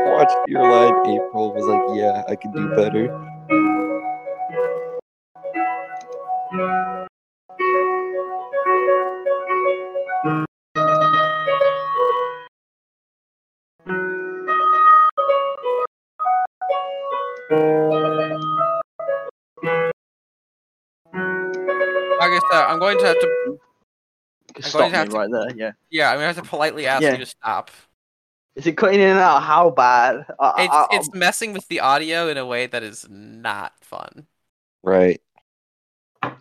S3: Watched your live April was like, yeah, I could do better.
S1: Augusta, uh, I'm going to have to.
S2: Just
S1: I'm
S2: Stop
S1: going to
S2: me
S1: have to-
S2: right there. Yeah.
S1: Yeah, I'm gonna have to politely ask
S2: Yeah.
S1: you to stop.
S2: Is it cutting in and out? How bad? I, I-
S1: It's
S2: I- um
S1: it's messing with the audio in a way that is not fun.
S3: Right. Wait,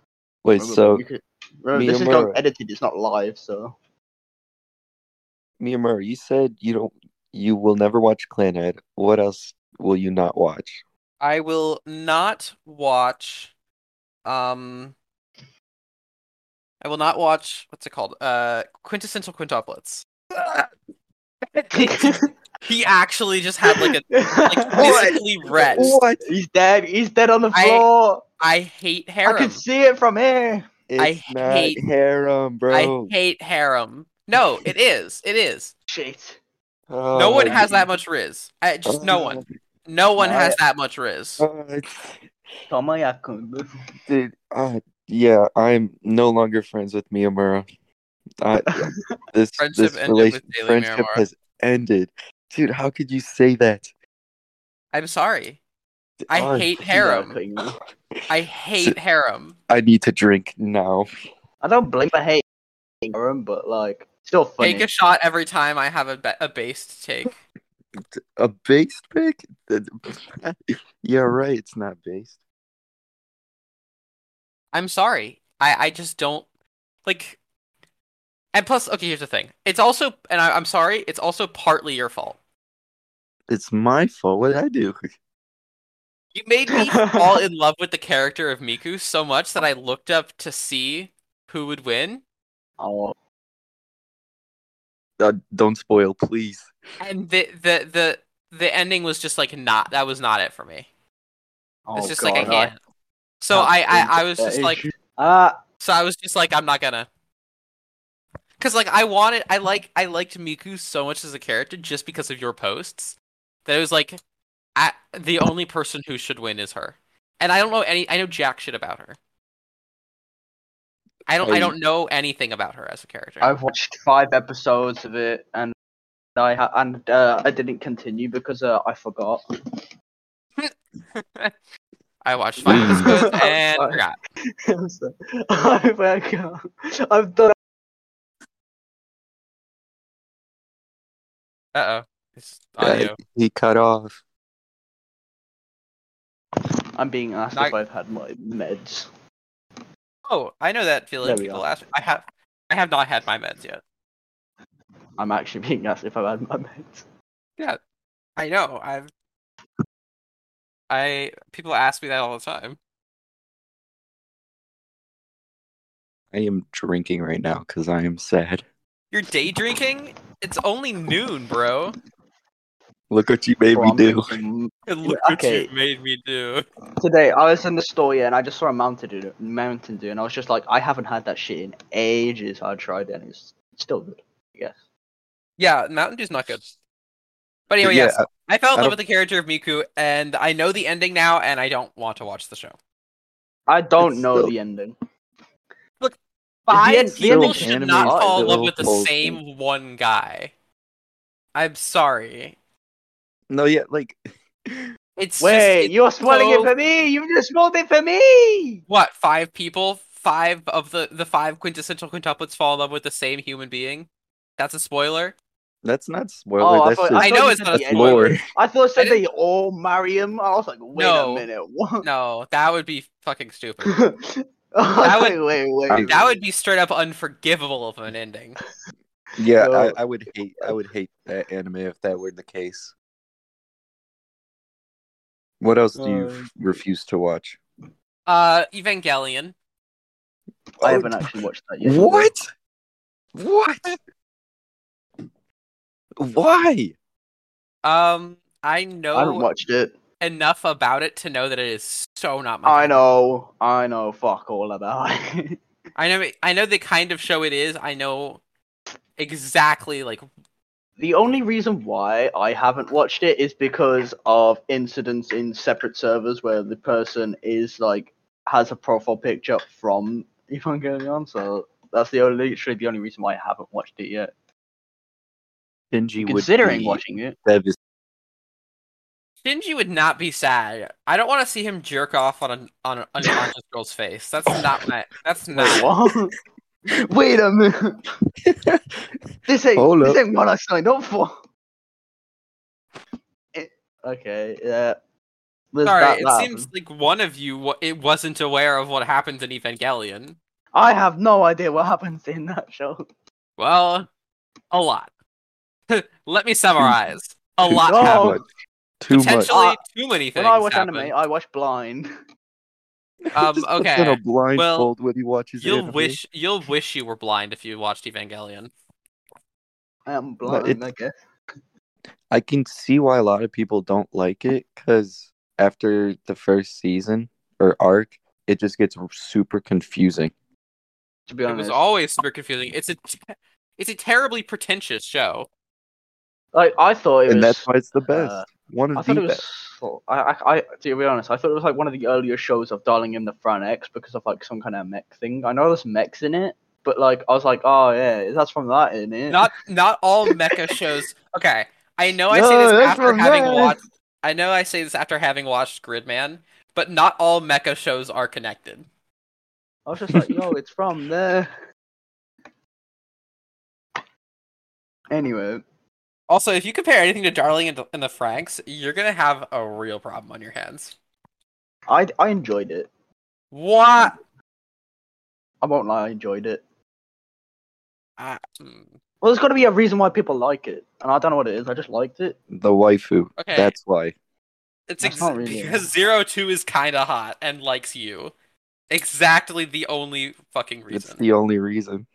S2: remember,
S3: so
S2: you could- remember,
S3: me
S2: this
S3: and
S2: is not
S3: Mara-
S2: edited. It's not live, so
S3: Miyamura, you said you don't you will never watch Clanhead. What else will you not watch?
S1: I will not watch. Um. I will not watch. What's it called? Uh, quintessential quintuplets. He actually just had like a like
S2: Alright.
S1: physically wretched.
S3: What?
S2: He's dead. He's dead on the
S1: I-
S2: floor.
S1: I hate
S2: I can
S1: harem.
S2: see it from here.
S3: It's not
S1: hate-
S3: harem,
S1: I
S3: bro.
S1: hate harem. No, it is. It is.
S2: Shit.
S1: No
S3: Oh,
S1: one has that much riz. I, just no
S3: oh,
S1: one. No one
S2: No,
S1: has that much riz.
S3: oh,
S2: Tomoyaku.
S3: dude, uh, yeah, I'm no longer friends with Miyamura. I, this
S1: Friendship
S3: this
S1: ended with
S3: relation-
S1: Daily
S3: friendship
S1: Miramar.
S3: has ended. Dude, how could you say that?
S1: I'm sorry. I
S3: Oh,
S1: hate
S2: You know,
S1: harem.
S2: cutting me.
S1: I hate harem.
S3: I need to drink now.
S2: I don't blame the hate harem, but like still funny.
S1: Take a shot every time I have a ba- a based take.
S3: A based pick? yeah, right. It's not based.
S1: I'm sorry. I I just don't like. And plus, okay, here's the thing. It's also, and I, I'm sorry. It's also partly your fault.
S3: It's my fault. What did I do?
S1: You made me fall in love with the character of Miku so much that I looked up to see who would win,
S2: Oh,
S3: Uh, don't spoil, please.
S1: and the the the the ending was just like not. That was not it for me.
S2: oh
S1: It's just
S2: God,
S1: like I
S2: I
S1: can't. So
S2: can't
S1: I I,
S2: believe
S1: I was
S2: that
S1: just
S2: is
S1: like
S2: you. ah,
S1: So I was just like, I'm not gonna. Cause like I wanted, I like, I liked Miku so much as a character just because of your posts. That it was like, I, the only person who should win is her, and I don't know any, I know jack shit about her. I don't, I
S3: I-
S1: don't know anything about her as a character.
S2: I've watched five episodes of it, and I ha- and uh, I didn't continue because uh, I forgot.
S1: I watched five episodes and
S2: Sorry.
S1: forgot.
S2: So, uh, I forgot. I've done.
S1: Uh oh, it's
S3: Yeah,
S1: audio.
S3: he cut off.
S2: I'm being asked
S1: Now-
S2: if I've had my meds.
S1: Oh, I know that feeling.
S2: There
S1: from
S2: we
S1: The
S2: are.
S1: last, I have, I have not had my meds yet.
S2: I'm actually being asked if I've had my meds.
S1: I know. I've I people ask me that all the time.
S3: I am drinking right now because I am sad.
S1: You're day drinking? It's only noon, bro.
S3: Look what you made
S2: Well,
S3: me
S2: I'm
S3: do.
S2: drinking-
S1: Look
S2: Okay.
S1: what you made me do.
S2: Today, I was in the store, yeah, and I just saw a Mountain Dew, Mountain Dew, and I was just like, I haven't had that shit in ages. I tried it, and it's still good.
S1: Yeah, Mountain Dew's not good. But anyway,
S3: yeah, uh,
S1: yes. I fell in
S3: I
S1: love with the character of Miku, and I know the ending now, and I don't want to watch the show.
S2: I don't
S3: It's
S2: know
S3: still-
S2: the ending.
S1: Five
S2: end- the
S1: people
S2: ending
S1: should
S3: anime
S1: not
S2: is
S1: fall in
S3: still
S1: love with the
S3: bullshit.
S1: same one guy. I'm sorry.
S3: No, yeah, like
S1: It's just-
S2: Wait,
S1: it's
S2: you're spoiling
S1: so-
S2: it for me! You've just spoiled it for me!
S1: what, five people? Five of the, the five quintessential quintuplets fall in love with the same human being? That's a spoiler?
S3: that's not spoiler.
S2: Oh, I
S3: that's
S2: thought-
S3: just
S1: I know
S2: you
S1: it's
S2: said
S1: not
S2: the
S1: a
S2: end.
S1: spoiler.
S3: lore.
S2: I thought it
S1: I
S2: said
S1: didn't-
S2: they all marry him. I was like, wait
S1: No.
S2: a minute, what?
S1: No, that would be fucking stupid.
S2: I was like, wait, wait,
S3: I-
S1: That would be straight up unforgivable of an ending.
S3: Yeah,
S2: No.
S3: I, I would hate. I would hate that anime if that were the case. What else do you
S2: Um,
S3: f- refuse to watch?
S1: Uh, Evangelion.
S2: I
S3: Oh,
S2: haven't actually watched that yet.
S3: What? What? Why?
S1: Um, I
S2: I haven't
S1: know
S2: watched it.
S1: enough about it to know that it is so not my.
S2: Oh, I
S1: kind.
S2: know, I know, fuck all about it.
S1: I know. I know the kind of show it is. I know exactly like
S2: The only reason why I haven't watched it is because of incidents in separate servers where the person is like has a profile picture from Evangelion. So that's the only, literally the only reason why I haven't watched it yet.
S3: Benji would
S2: Considering
S3: be
S2: watching it,
S3: devastated.
S1: Shinji would not be sad. I don't want to see him jerk off on an on an unconscious girl's face. That's not my. That's not.
S2: wait, what? wait a minute, this ain't
S3: Hold
S2: this
S3: up.
S2: ain't what I signed up for. Eh, Okay, yeah. There's
S1: Sorry,
S2: that-
S1: it
S2: that
S1: seems
S2: happened.
S1: like one of you wa- it wasn't aware of what happens in Evangelion.
S2: I have no idea what happens in that show.
S1: Well, a lot. Let me summarize. A lot
S2: No,
S1: happened.
S3: Too much.
S1: Potentially
S2: Oh, Uh,
S1: too many things.
S2: When I watch
S1: happen.
S2: anime, I watch blind.
S1: Um,
S3: Just puts
S1: okay,
S3: in a blindfold when he watches
S1: You'll
S3: anime.
S1: wish you'll wish you were blind if you watched Evangelion.
S2: I am
S3: No,
S2: blind,
S3: it-
S2: I guess.
S3: I can see why a lot of people don't like it because after the first season or arc, it just gets super confusing.
S2: To be
S1: It was
S2: honest,
S1: always super confusing. It's a t- it's a terribly pretentious show.
S2: like I thought it
S3: and
S2: was.
S3: that's why it's the best.
S2: uh,
S3: One
S2: I
S3: of
S2: thought
S3: the
S2: it
S3: best.
S2: was. so- I, I, I, to be honest, I thought it was like one of the earlier shows of Darling in the Fran X because of like some kind of mech thing. I know there's mechs in it, but like I was like, oh yeah, that's from that, isn't it?
S1: Not not all mecha shows. Okay, I know I say this
S2: No, that's
S1: after
S2: from
S1: having
S2: that.
S1: watched. I know I say this after having watched Gridman, but not all mecha shows are connected.
S2: I was just like, yo, it's from there. Anyway,
S1: Also, if you compare anything to Darling and, and the Franks, you're gonna have a real problem on your hands.
S2: I I enjoyed it.
S1: What?
S2: I won't lie, I enjoyed it.
S1: I- mm.
S2: Well, there's got to be a reason why people like it, and I don't know what it is. I just liked it.
S3: The waifu.
S1: Okay.
S3: That's why.
S1: It's
S2: That's
S1: ex-
S2: not really it.
S1: because Zero Two is kind of hot and likes you. Exactly the only fucking
S3: It's
S1: reason.
S3: the only reason.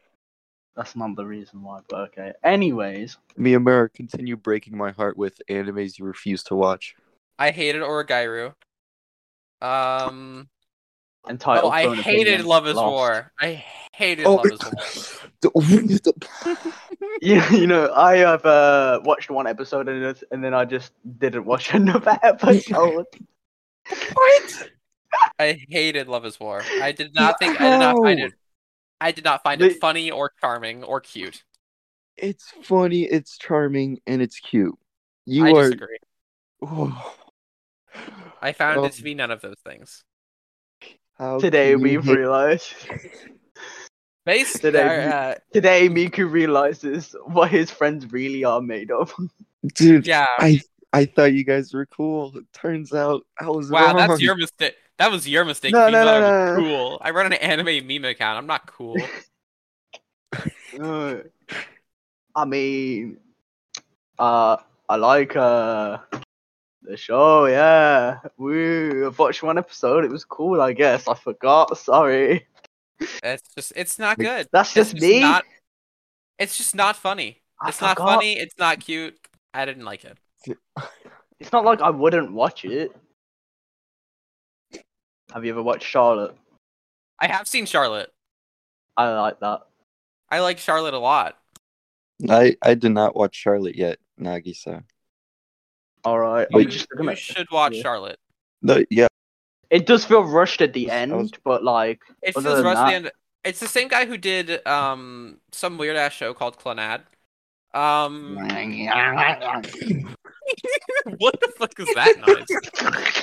S2: That's not the reason why, but okay. Anyways,
S3: Miyamura, continue breaking my heart with animes you refuse to watch.
S1: I hated Origairu. Um.
S2: entitled.
S1: Oh, I
S2: Phone
S1: hated
S2: Opinion,
S1: Love Is
S2: lost.
S1: War. I hated
S3: Oh,
S1: Love Is War.
S2: Yeah, you know, I have uh, watched one episode and, it- and then I just didn't watch another episode.
S1: What? I hated Love Is War. I did not think I did not find it. I did not find
S2: The-
S1: it funny or charming or cute.
S3: it's funny, it's charming, and it's cute. You
S1: I
S3: are.
S1: disagree. I found
S3: Oh.
S1: it to be none of those things.
S3: How
S2: Today
S3: can
S2: we
S3: you hate-
S2: realized.
S1: Based
S2: Did I
S1: or,
S2: re-
S1: uh,
S2: Today Miku realizes what his friends really are made of.
S3: dude.
S1: yeah.
S3: I I thought you guys were cool. It turns out I was
S1: Wow,
S3: wrong.
S1: that's your mistake. That was your mistake.
S2: No,
S1: You
S2: no,
S1: thought
S2: no,
S1: I was
S2: no.
S1: Cool. I run an anime meme account. I'm not cool.
S2: Uh, I mean, uh, I like uh the show. Yeah, woo! I watched one episode. It was cool. I guess I forgot. Sorry.
S1: It's just it's not good.
S2: That's
S1: It's
S2: just, me.
S1: not. It's just not funny.
S2: I
S1: It's not
S2: forgot.
S1: funny. It's not cute. I didn't like it.
S2: It's not like I wouldn't watch it. Have you ever watched Charlotte?
S1: I have seen Charlotte.
S2: I like that.
S1: I like Charlotte a lot.
S3: I I did not watch Charlotte yet, Nagisa.
S2: All right.
S3: Wait.
S2: I'm Oh, just
S1: You
S2: looking at-
S1: should watch
S2: Yeah.
S1: Charlotte.
S3: No, yeah,
S2: It does feel rushed at the
S3: I
S2: end,
S3: was-
S2: but like
S1: It
S2: Other
S1: feels
S2: than
S1: rusty,
S2: that-
S1: and it's the same guy who did um some weird ass show called Clannad. Um, what the fuck is that noise?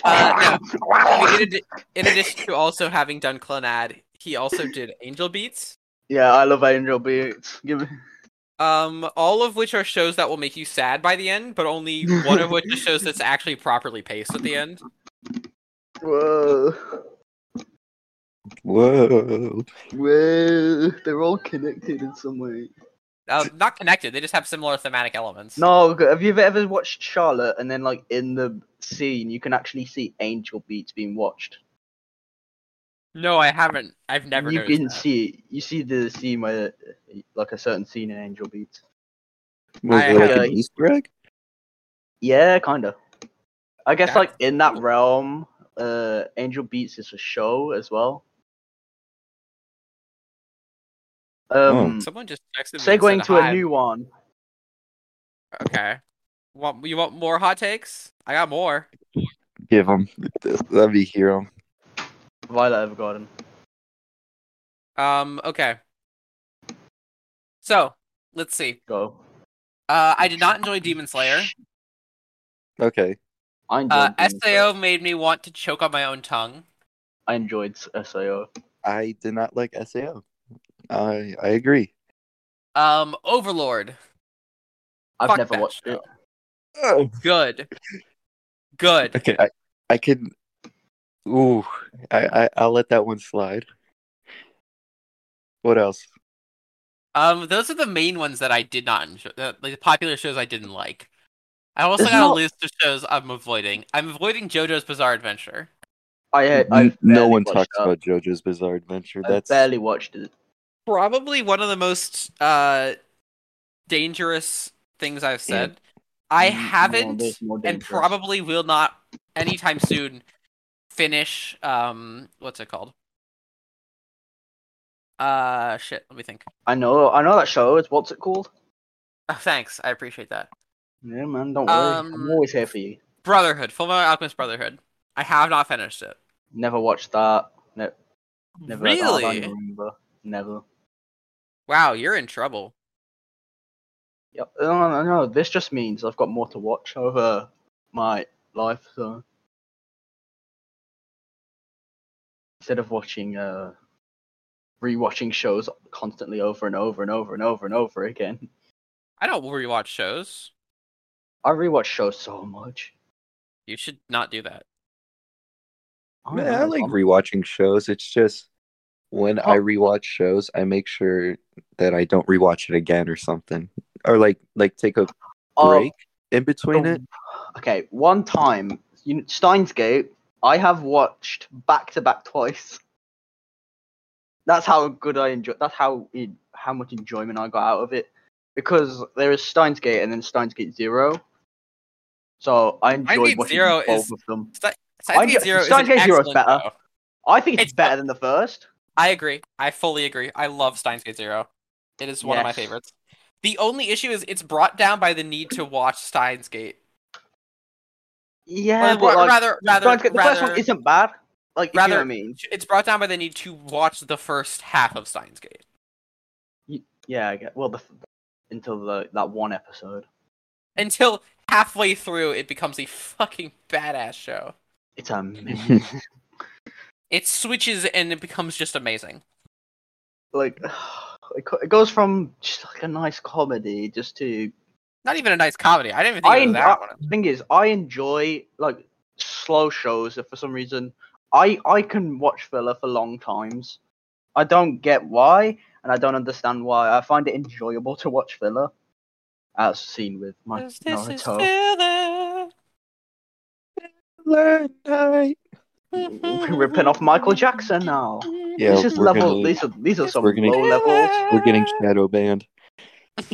S1: Uh, In, addi- in addition to also having done Clannad, he also did Angel Beats.
S2: yeah, I love Angel Beats. Give me...
S1: Um, all of which are shows that will make you sad by the end, but only one of which is shows that's actually properly paced at the end.
S2: Whoa.
S3: whoa.
S2: Whoa. They're all connected in some way.
S1: Uh, not connected; they just have similar thematic elements.
S2: No, g- have you ever watched Charlotte and then like in the scene you can actually see Angel Beats being watched?
S1: no, I haven't. I've never.
S2: you
S1: noticed
S2: can
S1: that.
S2: see it. You see the scene where like a certain scene in Angel Beats.
S3: Was
S1: I
S3: it like
S2: had-
S3: an Easter egg?
S2: Yeah, kinda. I guess
S1: That's
S2: like in that
S1: cool.
S2: realm, uh Angel Beats is a show as well.
S3: Oh.
S2: Um
S1: Someone just texted me. and
S2: segueing
S1: said
S2: to
S1: hi.
S2: a new one.
S1: Okay. Want you want more hot takes? I got more.
S3: Give him. That'd be hero.
S2: Violet Evergarden.
S1: Um. Okay. So let's see.
S2: Go.
S1: Uh, I did not enjoy Demon Slayer.
S3: Okay.
S2: I enjoyed
S1: Uh,
S2: Demon Slayer.
S1: Sao made me want to choke on my own tongue.
S2: I enjoyed SAO.
S3: I did not like SAO. I I agree.
S1: Um, Overlord,
S2: I've
S1: Fuck
S2: never
S1: that
S2: watched it.
S3: Oh.
S1: good, good.
S3: Okay. I I can. Ooh. I, I I'll let that one slide. What else?
S1: Um, those are the main ones that I did not enjoy. Uh, like the popular shows I didn't like. I also
S2: It's
S1: got a
S2: not-
S1: list of shows I'm avoiding. I'm avoiding JoJo's Bizarre Adventure.
S2: I had
S3: N-
S2: I've
S3: no
S2: barely
S3: one
S2: watched
S3: talks
S2: that.
S3: about JoJo's Bizarre Adventure.
S2: I
S3: That's
S2: barely watched it.
S1: probably one of the most uh dangerous things I've said. I
S2: Mm, no,
S1: haven't
S2: there's more
S1: and
S2: dangerous.
S1: probably will not anytime soon finish um what's it called? Uh shit, let me think.
S2: I know I know that show, it's what's it called?
S1: Oh, thanks. I appreciate that.
S2: Yeah man, don't worry.
S1: Um,
S2: I'm always here for you.
S1: Brotherhood, Full Metal Alchemist Brotherhood. I have not finished it.
S2: Never watched that. Ne- never I don't
S1: really?
S2: remember. Never.
S1: Wow, you're in trouble.
S2: Yep. No, no, no. This just means I've got more to watch over my life. So instead of watching, uh, rewatching shows constantly over and over and over and over and over again,
S1: I don't rewatch shows.
S2: I rewatch shows so much.
S1: You should not do that.
S2: I
S3: Man,
S2: don't
S3: I
S2: know,
S3: like
S2: I'm- Oh.
S3: rewatching shows. It's just when I rewatch shows, I make sure that I don't rewatch it again or something, or like like take a
S2: Oh,
S3: break in
S1: Oh.
S3: between it.
S2: Okay, one time, you know, Steins Gate, I have watched back to back twice. That's how good I enjoy. That's how it, how much enjoyment I got out of it, because there is Steins Gate and then Steins Gate Zero. So I enjoyed
S1: Gate
S2: watching
S1: Zero
S2: both
S1: is-
S2: of them.
S1: Steins
S2: I
S1: Gate
S2: get-
S1: Zero is
S2: Steins
S1: an
S2: Gate Zero is
S1: excellent
S2: better.
S1: show.
S2: I think it's,
S1: It's-
S2: better than the first.
S1: I agree. I fully agree. I love Steins Gate Zero. It is one of my
S2: Yes.
S1: favorites. The only issue is it's brought down by the need to watch Steins Gate.
S2: Yeah,
S1: Or
S2: but
S1: wa-
S2: like,
S1: rather, rather,
S2: Steins Gate- the
S1: rather,
S2: first one isn't bad. Like, if you know
S1: rather-
S2: what I mean?
S1: it's brought down by the need to watch the first half of Steins Gate.
S2: Yeah, I get, well, the, until the that one episode,
S1: Until halfway through, it becomes a fucking badass show.
S2: it's amazing.
S1: It switches and it becomes just amazing.
S2: like it, co- it goes from just like a nice comedy just to
S1: Not even a nice comedy. I didn't even think
S2: I
S1: it was
S2: en-
S1: that
S2: I,
S1: one.
S2: the thing is I enjoy like slow shows if for some reason I I can watch filler for long times. I don't get why and I don't understand why. I find it enjoyable to watch filler as seen with my
S1: this is
S2: Naruto.
S1: filler.
S2: We're ripping off Michael Jackson now.
S3: Yeah,
S2: this is
S3: we're
S2: level
S3: gonna-
S2: these are these are some
S3: we're gonna-
S2: low levels.
S3: We're getting shadow banned.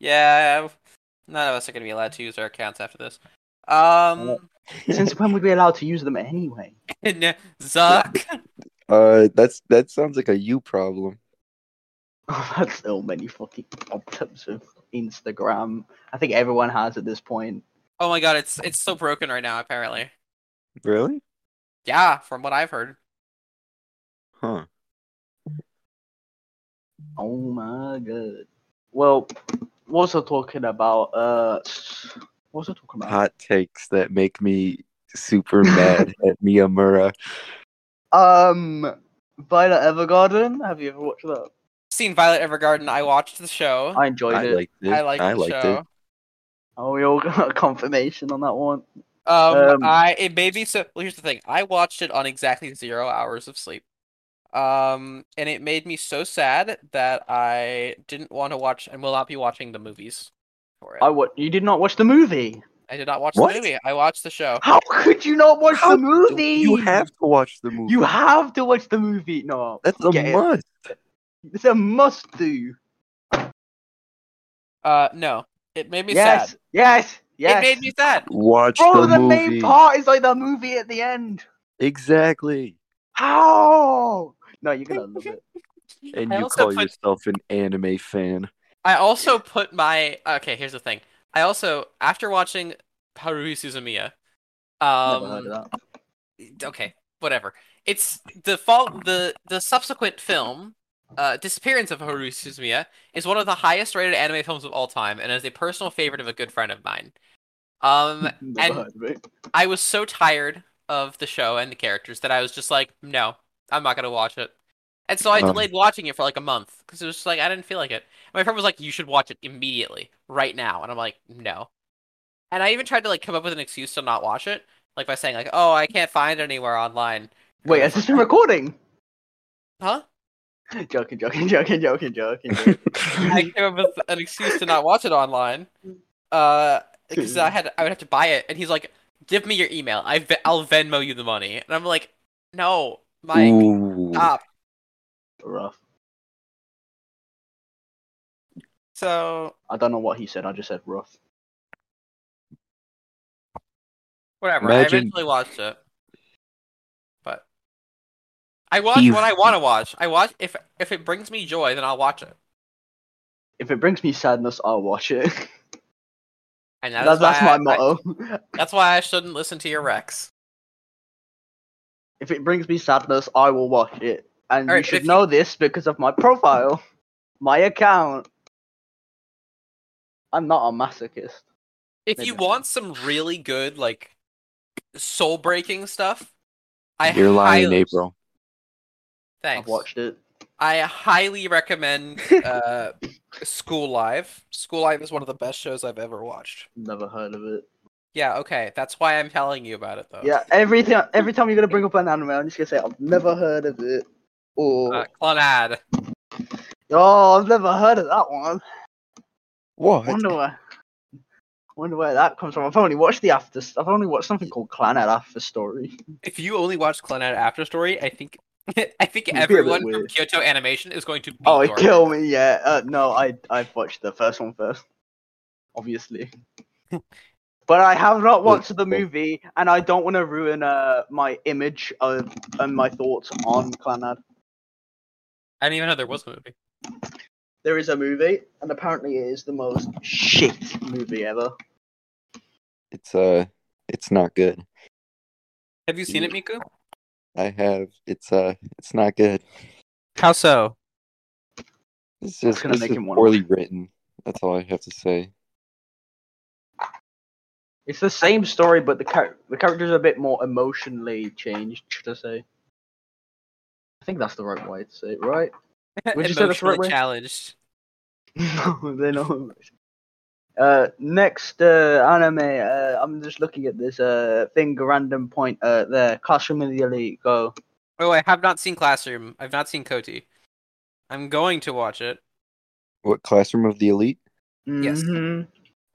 S1: yeah, none of us are going to be allowed to use our accounts after this. Um,
S2: Since when would we be allowed to use them anyway?
S1: Zuck.
S3: Uh, that's that sounds like a you problem.
S2: I've had so many fucking problems with Instagram. I think everyone has at this point.
S1: Oh my god, it's it's so broken right now. Apparently,
S3: Really?
S1: yeah, from what I've heard.
S3: Huh.
S2: Oh my god. Well, what was I talking about? Uh, what was I talking about?
S3: Hot takes that make me super mad at Miyamura.
S2: Um, Violet Evergarden. Have you ever watched that?
S1: Seen Violet Evergarden. I watched the show.
S2: I enjoyed
S3: I
S2: it.
S3: liked it.
S1: I liked
S3: I
S1: the
S3: liked
S1: show.
S3: it.
S2: oh, we all got a confirmation on that one.
S1: Um,
S2: Um,
S1: I it may be so. Well, here's the thing. I watched it on exactly zero hours of sleep. Um, and it made me so sad that I didn't want to watch and will not be watching the movies for it.
S2: I what? You did not watch the movie.
S1: I did not watch
S3: What?
S1: the movie. I watched the show.
S2: How could you not watch
S3: How
S2: the movie?
S3: You have to watch the movie.
S2: You have to watch the movie. No,
S3: That's a
S2: Get it.
S3: must.
S2: it's a must do.
S1: Uh, no, it made me
S2: Yes,
S1: sad.
S2: yes, yes.
S1: It made me sad.
S3: Watch
S2: Bro,
S3: the,
S2: the,
S3: movie.
S2: main part is like the movie at the end.
S3: Exactly.
S2: How? No, you're gonna love it.
S3: And
S1: I
S3: you
S1: also
S3: call
S1: put
S3: yourself an anime fan.
S1: I also put my okay. Here's the thing. I also after watching Haruhi Suzumiya,
S2: Never heard
S1: um,
S2: of that.
S1: okay, whatever. It's the fault. The the subsequent film, uh, Disappearance of Haruhi Suzumiya, is one of the highest rated anime films of all time, and is a personal favorite of a good friend of mine. Um,
S2: Never
S1: and-
S2: heard of it.
S1: I was so tired of the show and the characters that I was just like, no, I'm not gonna watch it. And so I
S3: Um.
S1: delayed watching it for like a month because it was just like I didn't feel like it. And my friend was like, you should watch it immediately, right now. And I'm like, no. And I even tried to like come up with an excuse to not watch it, like by saying like, oh, I can't find it anywhere online.
S2: Wait, has this been recording?
S1: Huh?
S2: Joking, joking, joking, joking, joking. joking.
S1: I came up with an excuse to not watch it online, uh, because I had I would have to buy it. And he's like, give me your email. I ve- I'll Venmo you the money. And I'm like, no, Mike,
S3: Ooh.
S1: stop.
S2: Rough.
S1: So
S2: I don't know what he said. I just said rough.
S1: whatever. I
S3: Imagine-
S1: eventually watched it, but I watch
S3: Eve-
S1: what I want to watch. I watch if if it brings me joy, then I'll watch it.
S2: If it brings me sadness, I'll watch it.
S1: And that
S2: that's
S1: is why
S2: that's
S1: I-
S2: my
S1: I-
S2: motto.
S1: that's why I shouldn't listen to your Rex.
S2: if it brings me sadness, I will watch it. and
S1: Alright,
S2: you
S1: but
S2: should
S1: if you-
S2: know this because of my profile, my account. I'm not a masochist.
S1: If
S2: Maybe
S1: you
S2: I'm wrong.
S1: want some really good, like, soul breaking stuff, I
S4: You're lying,
S1: highly-
S4: April.
S1: Thanks.
S2: I've watched it.
S1: I highly recommend uh, School Live. School Live is one of the best shows I've ever watched.
S2: Never heard of it.
S1: Yeah, okay. That's why I'm telling you about it, though.
S2: Yeah, everything. Every time you're gonna bring up an anime, I'm just gonna say I've never heard of it, or
S1: Uh, Clannad.
S2: oh, I've never heard of that one.
S4: What?
S2: Wonder where. Wonder where that comes from. I've only watched the after. I've only watched something called Clan at After Story.
S1: If you only watch Clannad After Story, I think I think
S2: It'd be a bit
S1: everyone from
S2: weird.
S1: Kyoto Animation is going to be
S2: Oh, it
S1: your
S2: killed me. Yeah. Uh, no, I I've watched the first one first, obviously. But I have not watched the movie, and I don't want to ruin uh, my image of, and my thoughts on Clanad.
S1: I didn't even know there was a movie.
S2: There is a movie, and apparently it is the most shit movie ever.
S3: It's uh it's not good.
S1: Have you seen it, Miku?
S3: I have it's uh it's not good.
S1: How so?
S3: It's just,
S2: gonna
S3: it's
S2: make
S3: just
S2: him wanna
S3: poorly written. That's all I have to say.
S2: It's the same story, but the char- the characters are a bit more emotionally changed, should I say? I think that's the right way to say it, right? Would you say that's the right
S1: Emotionally
S2: way?
S1: challenged.
S2: no, they're not. Uh, next uh, anime. Uh, I'm just looking at this uh thing, random point. Uh, there, Classroom of the Elite. Go.
S1: Oh, I have not seen Classroom. I've not seen Koti. I'm going to watch it.
S3: What classroom of the elite?
S1: Yes.
S2: Mhm.
S4: Uh,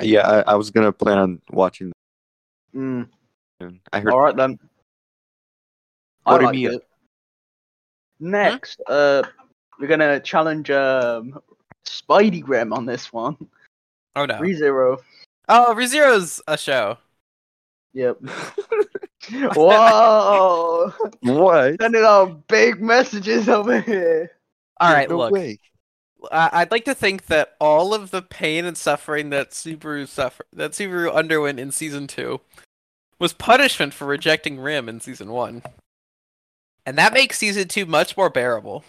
S4: Yeah, I, I was gonna plan on watching.
S2: Mm.
S4: That. I heard.
S2: All right then. I
S4: Order
S2: liked
S4: me up.
S2: it. Next, uh, we're gonna challenge um Spidey Graham on this one.
S1: Oh no.
S2: Rezero.
S1: Oh, ReZero's a show.
S2: Yep. Whoa!
S3: What?
S2: Sending out big messages over here.
S1: All right,
S3: no
S1: look.
S3: way.
S1: I- I'd like to think that all of the pain and suffering that Subaru suffer that Subaru underwent in season two was punishment for rejecting Rim in season one, and that makes season two much more bearable.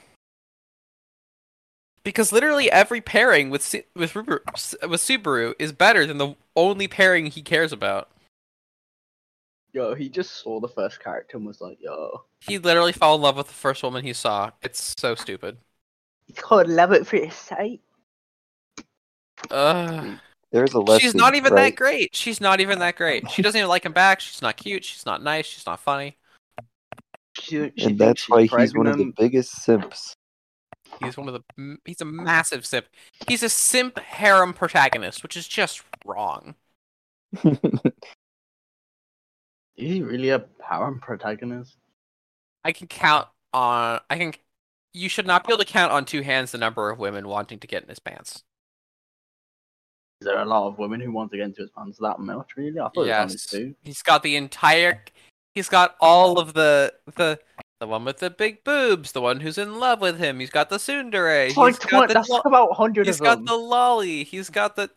S1: Because literally every pairing with Su- with Ruber, with Subaru is better than the only pairing he cares about.
S2: Yo, he just saw the first character and was like, yo.
S1: He literally fell in love with the first woman he saw. It's so stupid.
S2: He called love it for his sight.
S1: Ugh.
S3: There's a lesson.
S1: she's not even
S3: right?
S1: that great. She's not even that great. She doesn't even like him back. She's not cute. She's not nice. She's not funny.
S2: She, she
S3: And
S2: thinks
S3: that's
S2: she's
S3: why he's one of the
S2: pregnant.
S3: biggest simps.
S1: He's one of the. m- He's a massive simp. He's a simp harem protagonist, which is just wrong.
S2: Is he really a harem protagonist?
S1: I can count on. I can. You should not be able to count on two hands the number of women wanting to get in his pants.
S2: Is there a lot of women who want to get into his pants that much, really? I thought it was
S1: Yes,
S2: only two.
S1: he's got the entire. He's got all of the the the one with the big boobs, the one who's in love with him. He's got the tsundere.
S2: It's like
S1: he's got
S2: 20
S1: the
S2: that's
S1: lo-
S2: like about 100
S1: he's
S2: of
S1: got
S2: them.
S1: the lolly. He's got the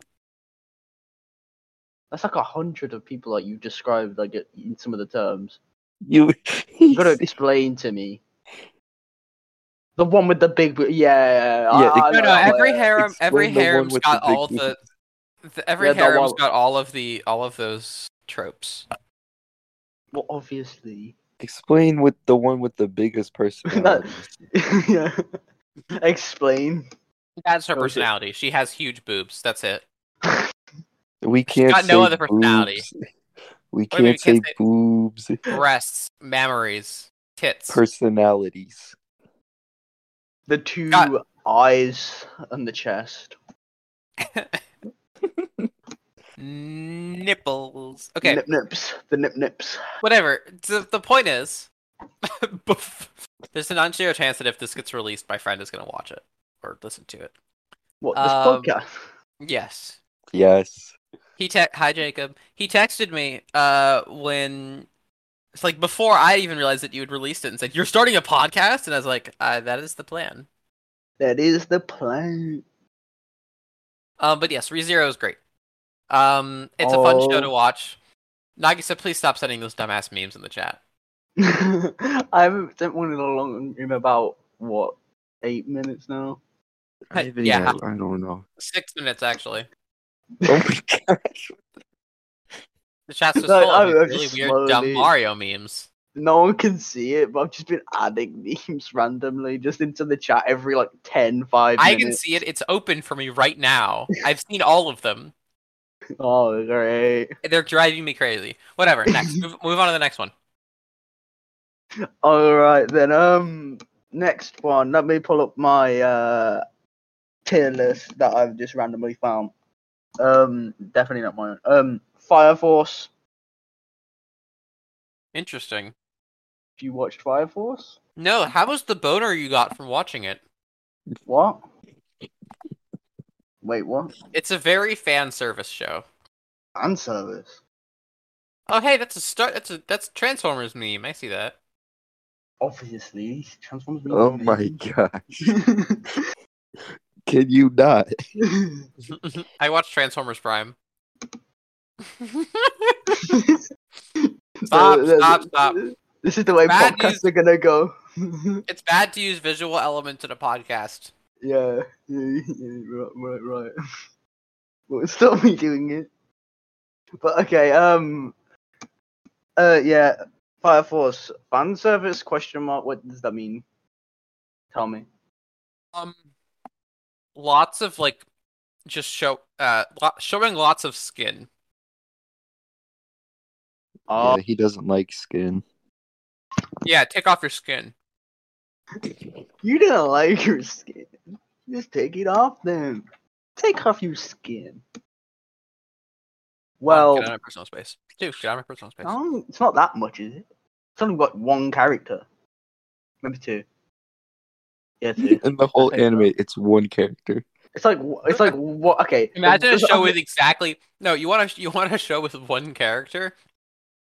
S2: That's like 100 of people that you described like in some of the terms.
S3: you
S2: You gotta explain to me. The one with the big, bo- yeah.
S3: Yeah,
S2: I- I
S1: No,
S2: know
S1: no.
S2: that
S1: Every
S2: one.
S1: harem, every
S3: Explain the one
S1: harem's
S3: with
S1: got
S3: the big
S1: all the, the every
S2: Yeah, the
S1: harem's
S2: one-
S1: got all of the all of those tropes.
S2: Well, obviously.
S3: explain with the one with the biggest personality.
S2: yeah. Explain.
S1: That's her
S2: Those are-
S1: personality. She has huge boobs. That's it.
S3: we can't
S1: got no
S3: say
S1: other personality.
S3: boobs. We
S1: do you mean
S3: can't
S1: we
S3: say
S1: can't say-
S3: boobs.
S1: Breasts, mammaries, tits.
S3: Personalities.
S2: The two
S1: God.
S2: eyes and the chest.
S1: nipples. Okay,
S2: Nip nips. The nip nips.
S1: whatever. The, the point is, bef- there's an non-zero chance that if this gets released, my friend is gonna watch it or listen to it.
S2: What, this
S1: Um,
S2: podcast?
S1: Yes.
S3: Yes.
S1: He te- hi Jacob. He texted me uh when it's like before I even realized that you had released it and said you're starting a podcast and I was like uh, that is the plan.
S2: That is the plan.
S1: Um, but yes, ReZero is great. Um, it's a fun show to
S2: Oh.
S1: watch. Nagisa, please stop sending those dumbass memes in the chat.
S2: I haven't sent one in a long time about what eight minutes now.
S3: I haven't
S1: Yeah.
S3: even- I don't know.
S1: Six minutes actually.
S3: Oh my gosh.
S1: The chat's just
S2: No,
S1: full of
S2: I'm-
S1: these
S2: I'm
S1: really
S2: just
S1: weird,
S2: slowly-
S1: dumb Mario memes.
S2: No one can see it, but I've just been adding memes randomly just into the chat every like 10, 5
S1: I
S2: minutes.
S1: can see it. It's open for me right now. I've seen all of them.
S2: Oh, great.
S1: They're driving me crazy. Whatever. Next, move, move on to the next one.
S2: All right then. Um, next one. Let me pull up my uh tier list that I've just randomly found. Um, definitely not mine. Um, Fire Force.
S1: Interesting.
S2: If you watched Fire Force,
S1: No, how was the boner you got from watching it?
S2: what? Wait, what?
S1: It's a very fan service show.
S2: And service.
S1: Oh, hey, that's a start. That's a that's Transformers meme. I see that.
S2: Obviously, Transformers. mean
S3: Oh my gosh. Can you not?
S1: I watched Transformers Prime. Stop, stop, stop.
S2: This is the way
S1: Bad
S2: podcasts
S1: news-
S2: are gonna go.
S1: it's bad to use visual elements in a podcast.
S2: Yeah, yeah, yeah, right, right, right. Well, stop me doing it. But okay, um, uh, yeah, Fire Force fan service question mark. What does that mean? Tell me.
S1: Um, lots of like, just show uh lo- showing lots of skin.
S2: Oh,
S1: Oh.
S3: Yeah, he doesn't like skin.
S1: Yeah, take off your skin.
S2: you didn't like your skin. Just take it off then. Take off your skin. Well,
S1: Get out of my personal space. Dude, get out of my personal space.
S2: no, Oh, it's not that much, is it? It's only got one character. Maybe two. Yeah, two.
S3: In the whole
S2: Okay, bro.
S3: anime, it's one character.
S2: It's like it's like what? Okay,
S1: Imagine a
S2: it's-
S1: show with exactly no. You want to you want a show with one character?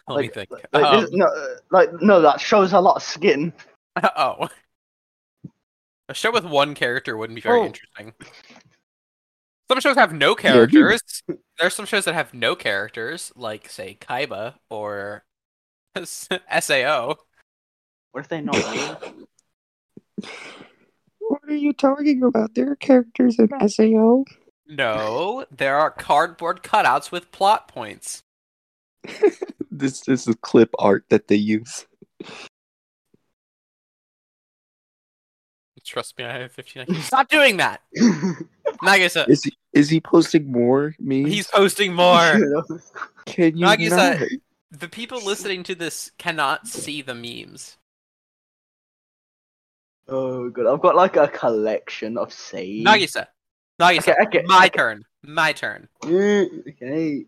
S1: Let me
S2: Like-
S1: think.
S2: like,
S1: Um,
S2: this- no, uh, like no, that shows a lot of skin.
S1: oh, a show with one character wouldn't be very
S2: Oh.
S1: interesting. Some shows have no
S3: Yeah, dude.
S1: characters. There's some shows that have no characters, like say Kaiba or Sao.
S2: What if they not?
S3: What are you talking about? There are characters in SAO.
S1: No, there are cardboard cutouts with plot points.
S3: This, this is clip art that they use.
S1: Trust me, I have 15 IQ. Stop doing that. Nagisa,
S3: Is he, is he posting more memes?
S1: he's posting more.
S3: Can you
S1: Nagi
S3: not?
S1: said- The people listening to this cannot see the memes.
S2: oh god, I've got like a collection of saves.
S1: Nagisa, Nagisa,
S2: Okay, okay,
S1: my
S2: okay.
S1: turn, my turn.
S2: Mm, okay.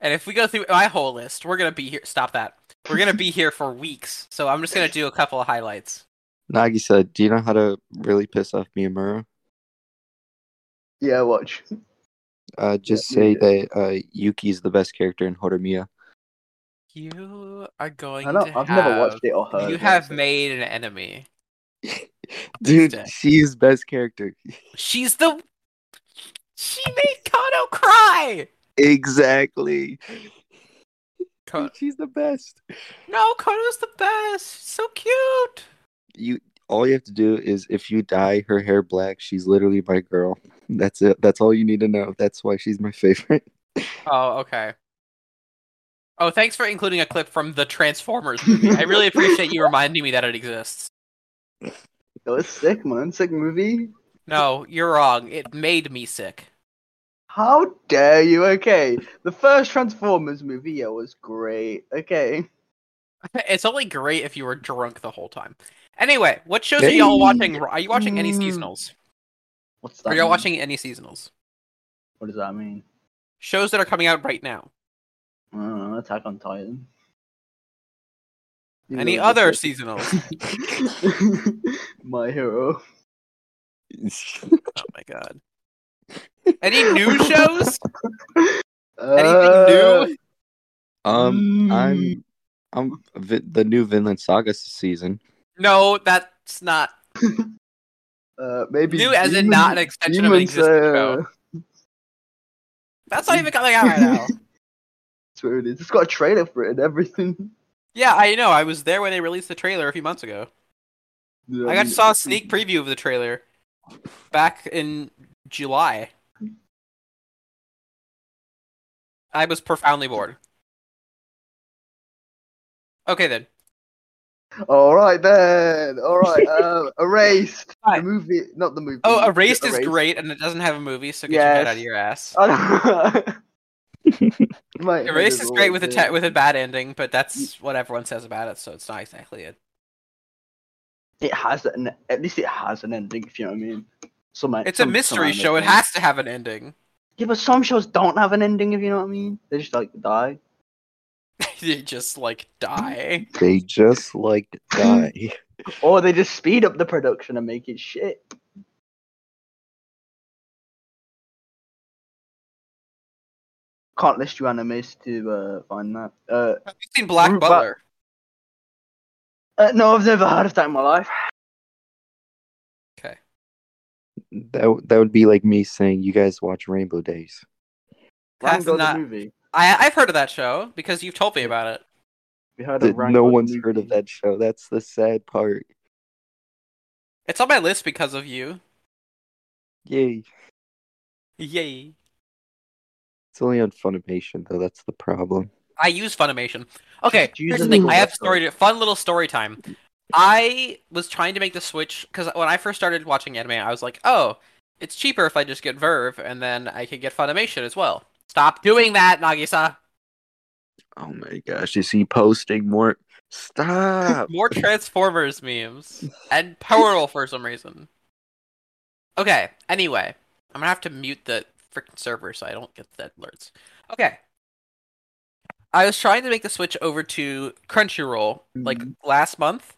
S1: And if we go through my whole list, we're gonna be here. Stop that. We're gonna be here for weeks. So I'm just gonna do a couple of highlights.
S3: Nagi said, "Do you know how to really piss off Miyamura?
S2: Yeah, watch.
S3: Uh, just
S2: Yeah,
S3: say
S2: yeah.
S3: that uh, Yuki's the best character in Horimiya.
S1: You are going
S2: I don't,
S1: to.
S2: I've
S1: have,
S2: never watched it or heard.
S1: You
S2: it,
S1: have
S2: so-
S1: made an enemy.
S3: Dude,
S1: Tuesday.
S3: she is best character.
S1: She's the. She made Kano cry.
S3: exactly.
S1: Ko-
S3: She's the best.
S1: no, Kano's the best. So cute.
S3: You all you have to do is if you dye her hair black, she's literally my girl. That's it. That's all you need to know. That's why she's my favorite.
S1: Oh, okay. Oh, thanks for including a clip from the Transformers movie. I really appreciate you reminding me that it exists.
S2: That was sick, man. Sick movie.
S1: No, you're wrong. It made me sick.
S2: How dare you? Okay, the first Transformers movie, yeah, was great. Okay.
S1: It's only great if you were drunk the whole time. Anyway, what shows are y'all
S3: Hey.
S1: watching? Are you watching any
S3: Mm.
S1: seasonals?
S2: What's that?
S1: Are y'all
S2: mean?
S1: watching any seasonals?
S2: What does that mean?
S1: Shows that are coming out right now.
S2: I don't know, Attack on Titan. You
S1: Any
S2: know,
S1: other
S2: just-
S1: seasonals?
S2: My hero.
S1: Oh my god. Any new shows?
S2: Uh,
S1: Anything new?
S3: um,
S2: mm,
S3: I'm I'm vi- the new Vinland Saga season.
S1: No, that's not
S2: uh, maybe
S1: new as in
S2: Demon-
S1: not an extension of an
S2: Demon
S1: existing show.
S2: Slayer.
S1: That's not even coming out right now.
S2: That's what it is. It's got a trailer for it and everything.
S1: Yeah, I know. I was there when they released the trailer a few months ago. I got saw a sneak preview of the trailer back in July. I was profoundly bored. Okay then.
S2: All right then. All right. Um, erased.
S1: Right.
S2: The movie, not the movie.
S1: Oh, Erased is
S2: Erased.
S1: great, and it doesn't have a movie, so get your head
S2: Yes. Oh,
S1: out of your ass.
S2: My head
S1: Erased is great
S2: all
S1: with a
S2: big.
S1: te- with a bad ending, but that's what everyone says about it, so it's not exactly it.
S2: It has an. At least it has an ending. If you know what I mean. Some.
S1: It's a
S2: some-
S1: mystery
S2: some
S1: show. It
S2: ending.
S1: has to have an ending.
S2: Yeah, but some shows don't have an ending. If you know what I mean. They just like die.
S1: you just like die.
S4: They just like die.
S2: Or they just speed up the production and make it shit. Can't list you animes to uh, find that. Uh,
S1: I've seen Black
S2: Ooh, but-
S1: Butler.
S2: uh, no, I've never heard of that in my life.
S4: That w- that would be like me saying you guys watch Rainbow Days.
S1: That's
S2: Rango
S1: not-
S2: the movie.
S1: I I've heard of that show because you've told me about it.
S2: We heard
S4: That
S2: of Rango
S4: no
S2: the
S4: one's heard of
S2: movie.
S4: that show. That's the sad part.
S1: It's on my list because of you.
S4: Yay!
S1: Yay!
S4: It's only on Funimation though. That's the problem.
S1: I use Funimation. Okay,
S2: Just use
S1: here's the
S2: a
S1: thing.
S2: little
S1: I have
S2: website.
S1: story. To, fun little story time. I was trying to make the switch because when I first started watching anime, I was like, "Oh, it's cheaper if I just get Verve, and then I could get Funimation as well." Stop doing that, Nagisa.
S4: Oh my gosh! Is he posting more? Stop!
S1: More Transformers memes and Power Roll for some reason. Okay. Anyway, I'm gonna have to mute the freaking server so I don't get the alerts. Okay. I was trying to make the switch over to Crunchyroll like
S2: Mhm.
S1: last month,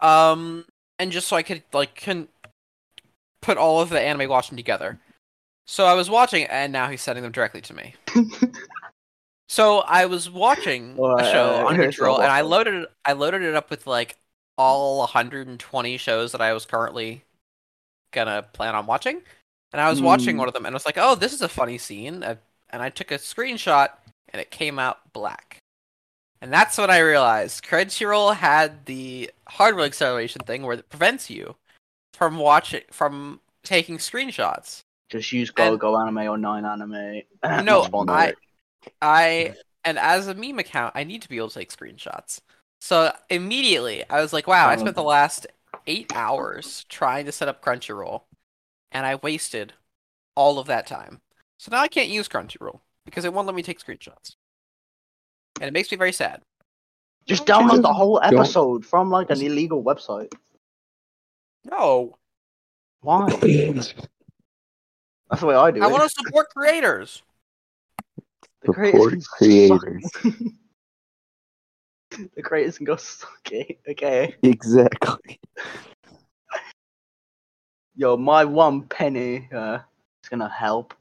S1: um, and just so I could like can put all of the anime watching together. So I was watching, and now he's sending them directly to me. So I was watching
S2: Alright,
S1: a show
S2: alright,
S1: on
S2: okay,
S1: Crunchyroll,
S2: so
S1: and I
S2: what-
S1: loaded it. I loaded it up with like all 120 shows that I was currently gonna plan on watching, and I was watching
S2: Hmm.
S1: one of them, and I was like, "Oh, this is a funny scene," uh, and I took a screenshot, and it came out black, and that's when I realized Crunchyroll had the hardware acceleration thing where it prevents you from watching from taking screenshots.
S2: Just use
S1: And-
S2: Go Go Anime or Nine Anime.
S1: No,
S2: Not sponsored.
S1: I, I, and as a meme account, I need to be able to take screenshots. So immediately, I was like, "Wow, I spent the last eight hours trying to set up Crunchyroll, and I wasted all of that time. So now I can't use Crunchyroll because it won't let me take screenshots, and it makes me very sad."
S2: Just download the whole
S4: Don't-
S2: episode from like an illegal website.
S1: No,
S2: Why? That's the way I do
S1: I
S2: it.
S1: want to support creators.
S2: The creators can suck- The creators can go suck it. Okay.
S4: Exactly.
S2: Yo, my one penny uh, is gonna help.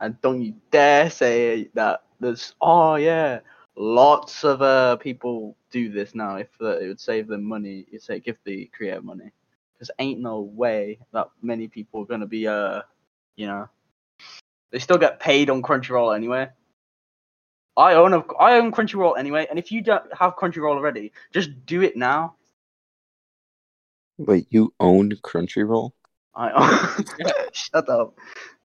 S2: And don't you dare say that there's. Oh yeah, lots of uh, people do this now. If uh, it would save them money, you say give the creator money. Cause ain't no way that many people are gonna be uh, you know, they still get paid on Crunchyroll anyway. I own a, I own Crunchyroll anyway, and if you don't have Crunchyroll already, just do it now.
S4: Wait, you own Crunchyroll?
S2: I shut up.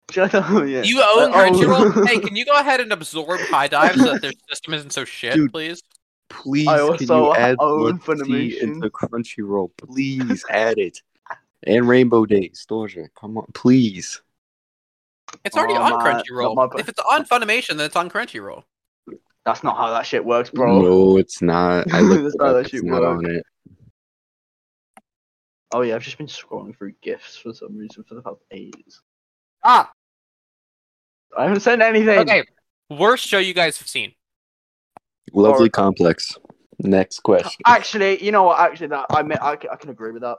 S2: Shut up. Yeah.
S1: You own
S2: Uh, oh.
S1: Crunchyroll. hey, can you go ahead and absorb High Dive so that their system isn't so shit,
S4: Dude.
S1: please?
S4: Please,
S2: I
S4: can you
S2: also
S4: add
S2: own
S4: Blood Sea into
S2: Funimation.
S4: Crunchyroll? Please add it. And Rainbow Days, Doja, come on, please.
S1: It's already
S2: Oh,
S1: on
S2: my-
S1: Crunchyroll.
S2: not my-
S1: If it's on Funimation, then it's on Crunchyroll.
S2: That's not how that shit works, bro.
S4: No, it's not. I
S2: That's
S4: looked it
S2: not how
S4: up.
S2: that
S4: It's
S2: shit
S4: not
S2: works.
S4: on it.
S2: Oh yeah, I've just been scrolling through gifts for some reason for the past ages.
S1: Ah,
S2: I haven't sent anything.
S1: okay. Worst show you guys have seen.
S4: Lovely
S2: Or-
S4: complex. Next question.
S2: Actually, you know what? Actually, that I mean, I, c- I can agree with that.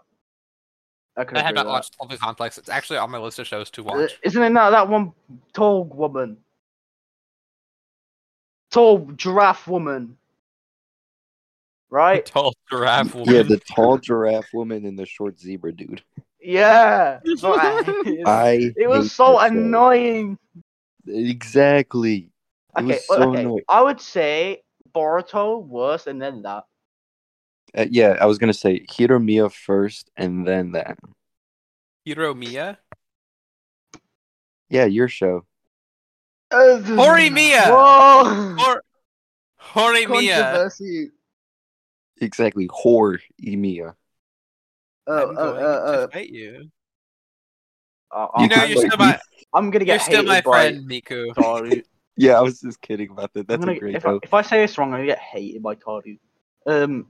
S2: I can
S1: I
S2: agree
S1: have
S2: with
S1: not
S2: that.
S1: watched Lovely Complex. It's actually on my list of shows to
S2: Uh,
S1: watch.
S2: Isn't it not that one tall woman? Tall giraffe woman.
S1: The
S2: Right?
S1: Tall Giraffe
S4: yeah,
S1: Woman.
S4: the tall giraffe woman and the short zebra dude.
S2: Yeah. Right.
S4: I
S2: It was
S4: hate
S2: so
S4: that show.
S2: annoying.
S4: Exactly. It
S2: Okay,
S4: was so
S2: okay.
S4: annoying.
S2: I would say Boruto worse and then that.
S3: Uh, yeah, I was gonna say Hiromiya first, and then that.
S1: Hiromiya?
S3: Yeah, your show.
S2: Uh,
S1: Hori Mia!
S2: Whoa!
S1: Hor- Horimiya.
S2: Controversy.
S3: Exactly, whore Emiya.
S2: Uh,
S1: I'm going
S2: uh,
S1: to fight you.
S2: uh, uh,
S1: You know
S2: I'm,
S1: you're
S3: like,
S1: still my
S2: I'm gonna
S1: you're
S2: get
S1: still
S2: hated
S1: my
S2: by-
S1: friend, Miku.
S2: Taru.
S3: Yeah, I was just kidding about that. That's
S2: I'm gonna,
S3: a great
S2: if, I,
S3: joke.
S2: if I say this wrong, I'm gonna get hated by Tardu. Um,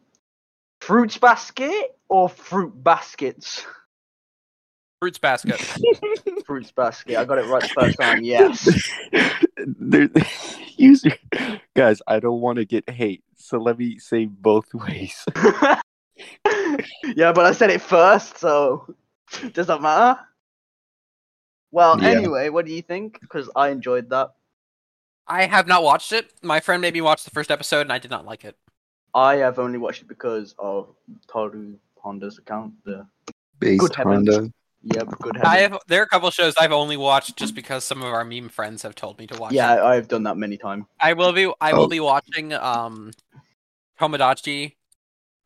S2: fruits basket or fruit baskets?
S1: Fruits basket.
S2: fruits basket. I got it right the first time. Yes.
S3: There- you- guys, I don't want to get hate, so let me say both ways.
S2: yeah, but I said it first, so does that matter? Well,
S3: Yeah.
S2: anyway, what do you think? Because I enjoyed that.
S1: I have not watched it. My friend made me watch the first episode, and I did not like it.
S2: I have only watched it because of Taru Honda's account. The
S3: Based
S2: heavens.
S3: Honda.
S2: yep, good.
S1: I
S2: heavens.
S1: have there are a couple shows I've only watched just because some of our meme friends have told me to watch.
S2: Yeah,
S1: them.
S2: I- I've done that many times.
S1: I will be I
S3: Oh.
S1: will be watching um Tomodachi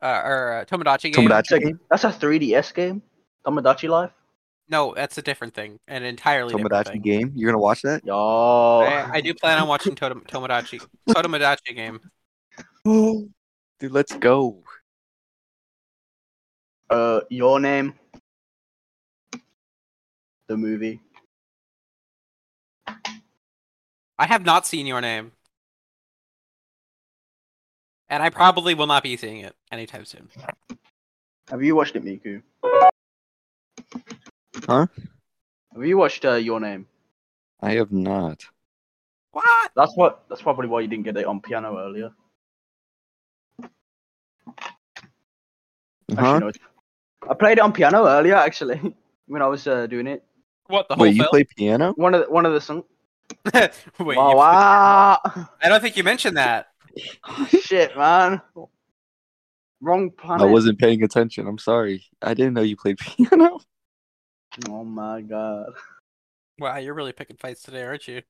S1: uh, or uh, Tomodachi game.
S3: Tomodachi.
S2: That's a, that's a 3DS game. Tomodachi Life.
S1: No, that's a different thing, an entirely different
S3: Tomodachi
S1: thing.
S3: game. You're gonna watch that?
S2: Yo.
S1: I, I do plan on watching Totem- Tomodachi Tomodachi game.
S3: Dude, let's go.
S2: Uh, your name. The movie.
S1: I have not seen your name, and I probably will not be seeing it anytime soon.
S2: Have you watched it, Miku?
S3: Huh?
S2: Have you watched uh, Your Name?
S3: I have not.
S1: What?
S2: That's what. That's probably why you didn't get it on piano earlier. Actually,
S3: Huh?
S2: no. it's- I played it on piano earlier, actually, when I was uh, doing it.
S1: What the whole
S3: Wait, you
S1: film?
S3: play piano?
S2: One of the, one of the songs.
S1: Wait,
S2: wow,
S1: you-
S2: wow.
S1: I don't think you mentioned that.
S2: shit, man. Wrong
S3: I
S2: planet.
S3: wasn't paying attention. I'm sorry. I didn't know you played piano.
S2: Oh my god.
S1: Wow, you're really picking fights today, aren't you?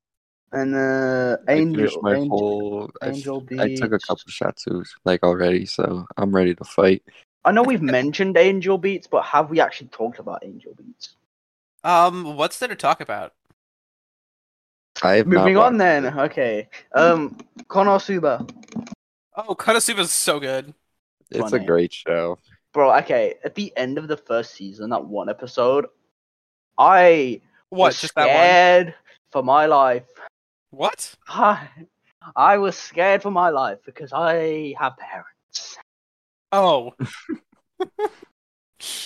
S2: And uh,
S3: I
S2: Angel.
S3: finished my
S2: Angel.
S3: whole. I,
S2: Angel
S3: I took a
S2: Beats.
S3: couple shots like already, so I'm ready to fight.
S2: I know we've mentioned Angel Beats, but have we actually talked about Angel Beats?
S1: Um, what's there to talk about?
S3: I have not
S2: Moving
S3: watched
S2: on then.
S3: it.
S2: Okay. Um, Konosuba.
S1: Oh, Konosuba's so good.
S3: It's a
S2: Funny.
S3: great show.
S2: Bro, okay. At the end of the first season, that one episode, I
S1: What?
S2: was
S1: Just that
S2: scared for my life.
S1: one? What?
S2: I, I was scared for my life because I have parents.
S1: Oh.
S2: And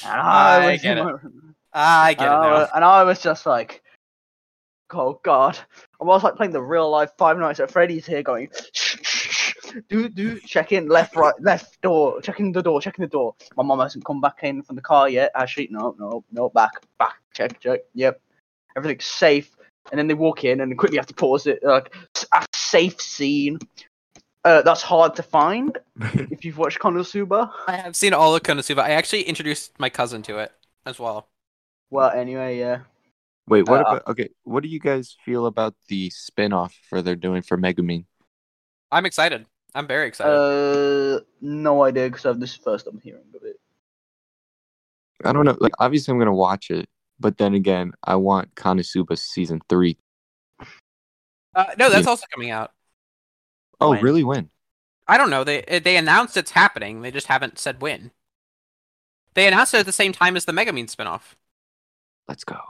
S2: I,
S1: Ah, I
S2: was
S1: get it.
S2: and
S1: I get it
S2: I
S3: Oh.
S1: now.
S2: was- and I was just like, oh god. I was like playing the real life Five Nights at Freddy's here, going, shh, shh, shh. do do check in left right left door, checking the door, checking the door. My mom hasn't come back in from the car yet. Actually, no no no back back check check. Yep, everything's safe. And then they walk in and quickly have to pause it. Like "S- a safe scene. Uh, that's hard to find if you've watched Konosuba.
S1: I have seen all of Konosuba. I actually introduced my cousin to it as well.
S2: Well, anyway, yeah.
S3: Wait, what
S2: Uh,
S3: about okay? What do you guys feel about the spin-off for they're doing for Megumin?
S1: I'm excited. I'm very excited.
S2: Uh, no idea because this is the first I'm hearing of it.
S3: I don't know. Like, obviously, I'm gonna watch it, but then again, I want Konosuba season three.
S1: Uh, no, that's
S3: yeah.
S1: also coming out.
S3: Oh,
S2: When?
S3: really? When?
S1: I don't know. They they announced it's happening. They just haven't said when. They announced it at the same time as the Megamine spinoff.
S3: Let's go.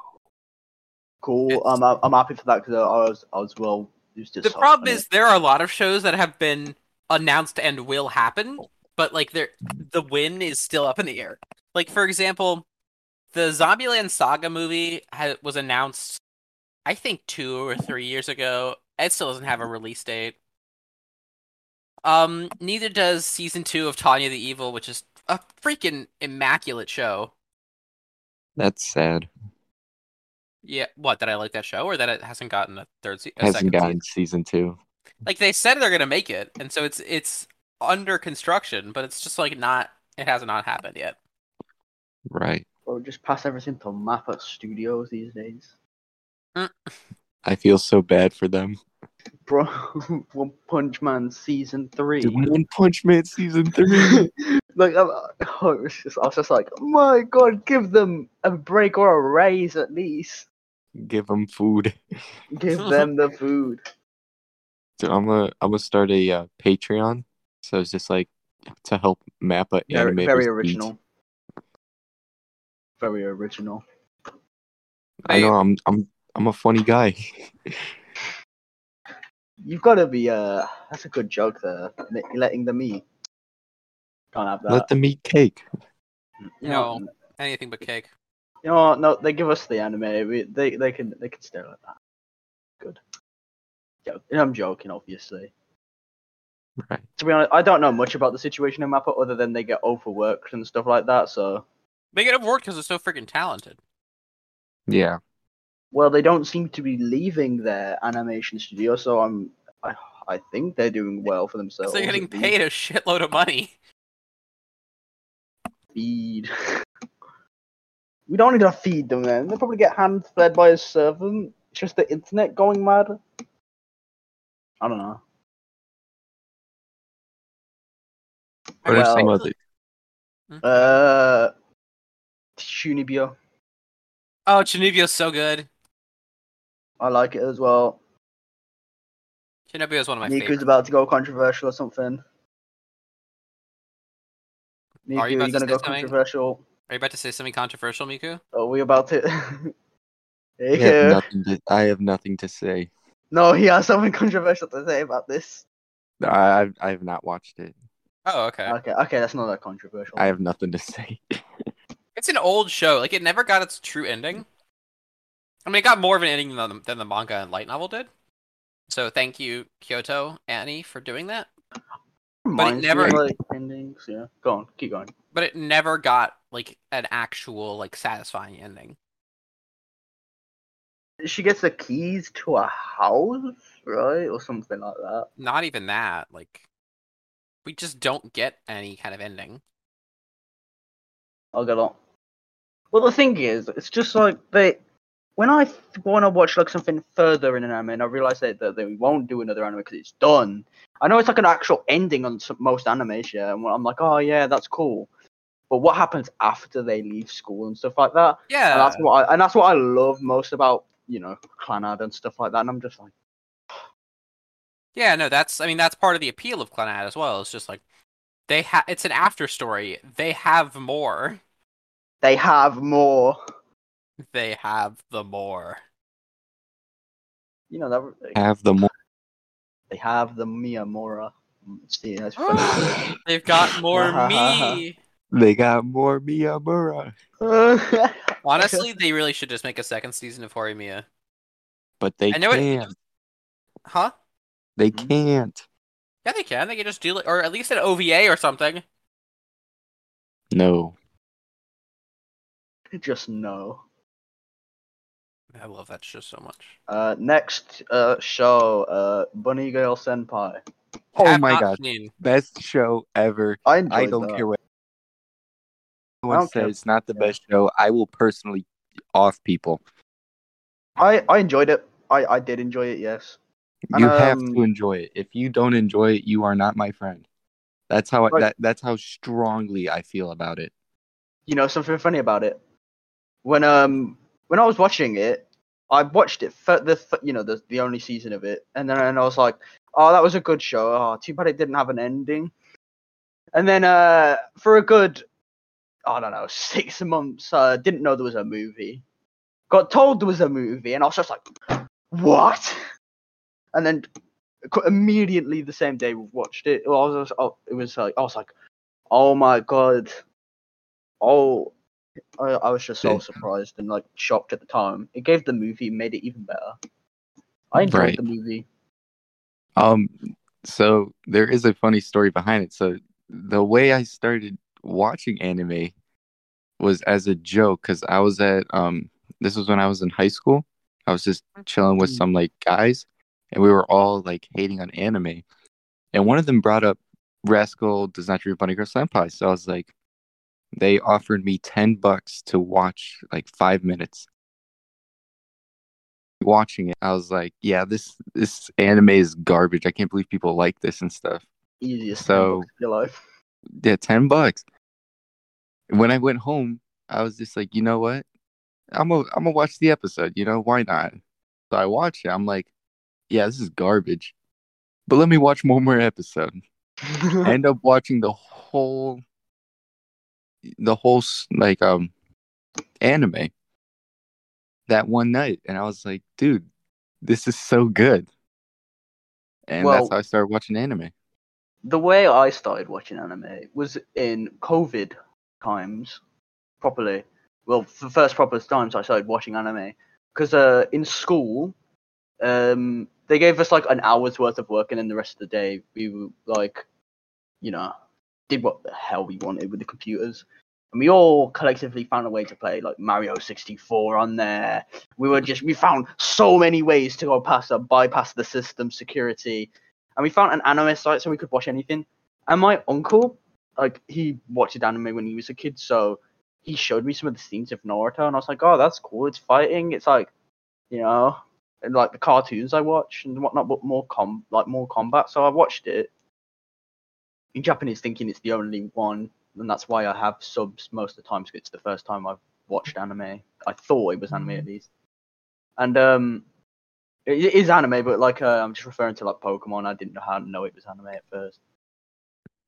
S2: Cool.
S1: It's-
S2: I'm I'm happy for that because I was I was well. It was just
S1: The problem is there are a lot of shows that have been announced and will happen, but like they're the win is still up in the air. Like for example, the Zombieland Saga movie ha- was announced, I think two or three years ago. It still doesn't have a release date. Um, neither does season two of Tanya the Evil, which is a freaking immaculate show.
S3: That's sad.
S1: Yeah, what that I like that show, or that it hasn't gotten a third, se- a
S3: Hasn't
S1: second season.
S3: gotten season two.
S1: like they said they're gonna make it, and so it's it's under construction, but it's just like not it has not happened yet.
S3: Right.
S2: Well, just pass everything to Mappa Studios these days,
S3: I feel so bad for them.
S2: bro. One Punch Man season three.
S3: Dude, One Punch Man season three.
S2: the Like, I'm, oh, it was just, I was just like, my god, give them a break or a raise at least.
S3: Give them food.
S2: Give them the food.
S3: Dude, I'm gonna I'm gonna start a uh, Patreon. So it's just like to help Mappa
S2: Very,
S3: animators.
S2: very
S3: beats.
S2: original. Very original.
S3: I know I'm I'm I'm a funny guy.
S2: You've got to be. Uh, that's a good joke there. let- Letting them eat. Can't have that.
S3: Let them eat cake.
S2: No,
S1: No. Anything but cake.
S2: You know what? No, they give us the anime. We, they they can they can stare at that. Good. Yeah, and I'm joking, obviously.
S3: Right.
S2: To be honest, I don't know much about the situation in Mappa other than they get overworked and stuff like that. So,
S1: They get overworked because they're so freaking talented.
S3: Yeah.
S2: well, they don't seem to be leaving their animation studio. So I'm I, I think they're doing well for
S1: 'Cause
S2: themselves.
S1: they're getting
S2: at least.
S1: paid a shitload of money.
S2: feed. we don't need to feed them then. They'll probably get hand fed by a servant. It's just the internet going mad. I don't know.
S3: What are
S2: Well-
S3: some other?
S2: Uh Shunibyo.
S1: Oh, Chinibio's so good.
S2: I like it as well.
S1: Chinibio is one of my
S2: Niku's
S1: favorites.
S2: about to go controversial or something. Niku,
S1: Are you about to
S2: gonna
S1: say
S2: go
S1: something?
S2: controversial?
S1: Are you about to say something controversial, Miku?
S2: Are we about to
S3: I
S2: Hey,
S3: have
S2: Niku.
S3: nothing to, I have nothing to say.
S2: No, he has something controversial to say about this.
S3: I I've, I have not watched it.
S1: Oh, okay.
S3: Uh,
S2: Okay, okay, that's not that controversial.
S3: I have nothing to say.
S1: It's an old show. Like it never got its true ending. I mean, it got more of an ending than the, than the manga and light novel did. So thank you, Kyoto Annie, for doing that.
S2: Reminds me
S1: never-
S2: of, like, endings. Yeah, go on, keep going.
S1: But it never got like an actual like satisfying ending.
S2: she gets the keys to a house, right, or something like that.
S1: Not even that. Like we just don't get any kind of ending.
S2: I'll get on. Well, the thing is, it's just like they. When I want to watch like something further in an anime, and I realize that, that they won't do another anime because it's done. I know it's like an actual ending on some, most animes, yeah, and I'm like, oh yeah, that's cool. But what happens after they leave school and stuff like that?
S1: Yeah.
S2: and that's what I, and that's what I love most about you know Clanad and stuff like that. And I'm just like,
S1: Yeah, no, that's I mean that's part of the appeal of Clannad as well. It's just like they ha it's an after story. They have more.
S2: they have more.
S1: They have the more.
S2: You know that
S3: Have the more.
S2: They have the Miyamura. Mm, See, that's
S1: They've got more me.
S3: They got more Miyamura,
S2: funny.
S1: Honestly, they really should just make a second season of Horimiya.
S3: but they
S1: I know it-
S3: can't.
S1: Huh?
S3: They
S2: Mhm.
S3: can't.
S1: Yeah, they can. They can just do it, or at least an OVA or something.
S3: No.
S2: Just no.
S1: I love that show so much.
S2: Uh, next uh, show, uh, Bunny Girl Senpai.
S3: Oh
S1: Have
S3: my
S1: not
S3: god!
S1: seen.
S3: Best show ever.
S2: I, enjoyed
S3: I don't
S2: that.
S3: care what
S2: I
S3: anyone
S2: don't care.
S3: says. It's not the
S2: Yeah.
S3: best show. I will personally off people.
S2: I, I enjoyed it. I, I did enjoy it. Yes. And,
S3: You have
S2: um,
S3: to enjoy it. If you don't enjoy it, you are not my friend. That's how I,
S2: Right.
S3: that that's how strongly I feel about it.
S2: You know something funny about it. When um when I was watching it, I watched it for the f- you know the the only season of it, and then and I was like, oh that was a good show. Oh, too bad it didn't have an ending. And then uh for a good I don't know six months, uh, didn't know there was a movie. Got told there was a movie, and I was just like, what? And then qu- immediately the same day watched it. I was just, oh, it was like I was like, oh my god, oh. I, I was just so
S3: Yeah.
S2: surprised and like shocked at the time. It gave the movie, made it even better. I enjoyed
S3: Right.
S2: the movie.
S3: Um, so there is a funny story behind it. So the way I started watching anime was as a joke because I was at um this was when I was in high school. I was just chilling with
S2: Mhm.
S3: some like guys, and we were all like hating on anime, and one of them brought up Rascal Does Not Dream of Bunny Girl Senpai. So I was like, they offered me ten bucks to watch like five minutes. Watching it, I was like, yeah, this this anime is garbage. I can't believe people like this and stuff.
S2: Easiest so,
S3: So-
S2: in your life.
S4: yeah, ten bucks. When I went home, I was just like, you know what? I'm gonna I'm gonna watch the episode. You know why not? So I watch it. I'm like, yeah, this is garbage. But let me watch one more episode. I end up watching the whole, the whole s- like um, anime. That one night, and I was like, dude, this is so good. And
S2: Well-
S4: that's how I started watching anime.
S2: the way I started watching anime was in COVID times, properly. Well, for the first proper times I started watching anime, because uh, in school, um, they gave us like an hour's worth of work, and then the rest of the day we were like, you know, did what the hell we wanted with the computers. And we all collectively found a way to play like Mario 64 on there. We were just we found so many ways to go past or bypass the system security and we found an anime site so we could watch anything. And my uncle, like, he watched anime when he was a kid, so he showed me some of the scenes of Naruto, and I was like, oh, that's cool. It's fighting. It's like, you know, and like the cartoons I watch and whatnot, but more com like more combat. So I watched it in Japanese, thinking it's the only one, and that's why I have subs most of the time. 'cause it's the first time I've watched anime. I thought it was anime at least, and um, it it is anime, but like uh, I'm just referring to like Pokemon. I didn't know how to know it was anime at first.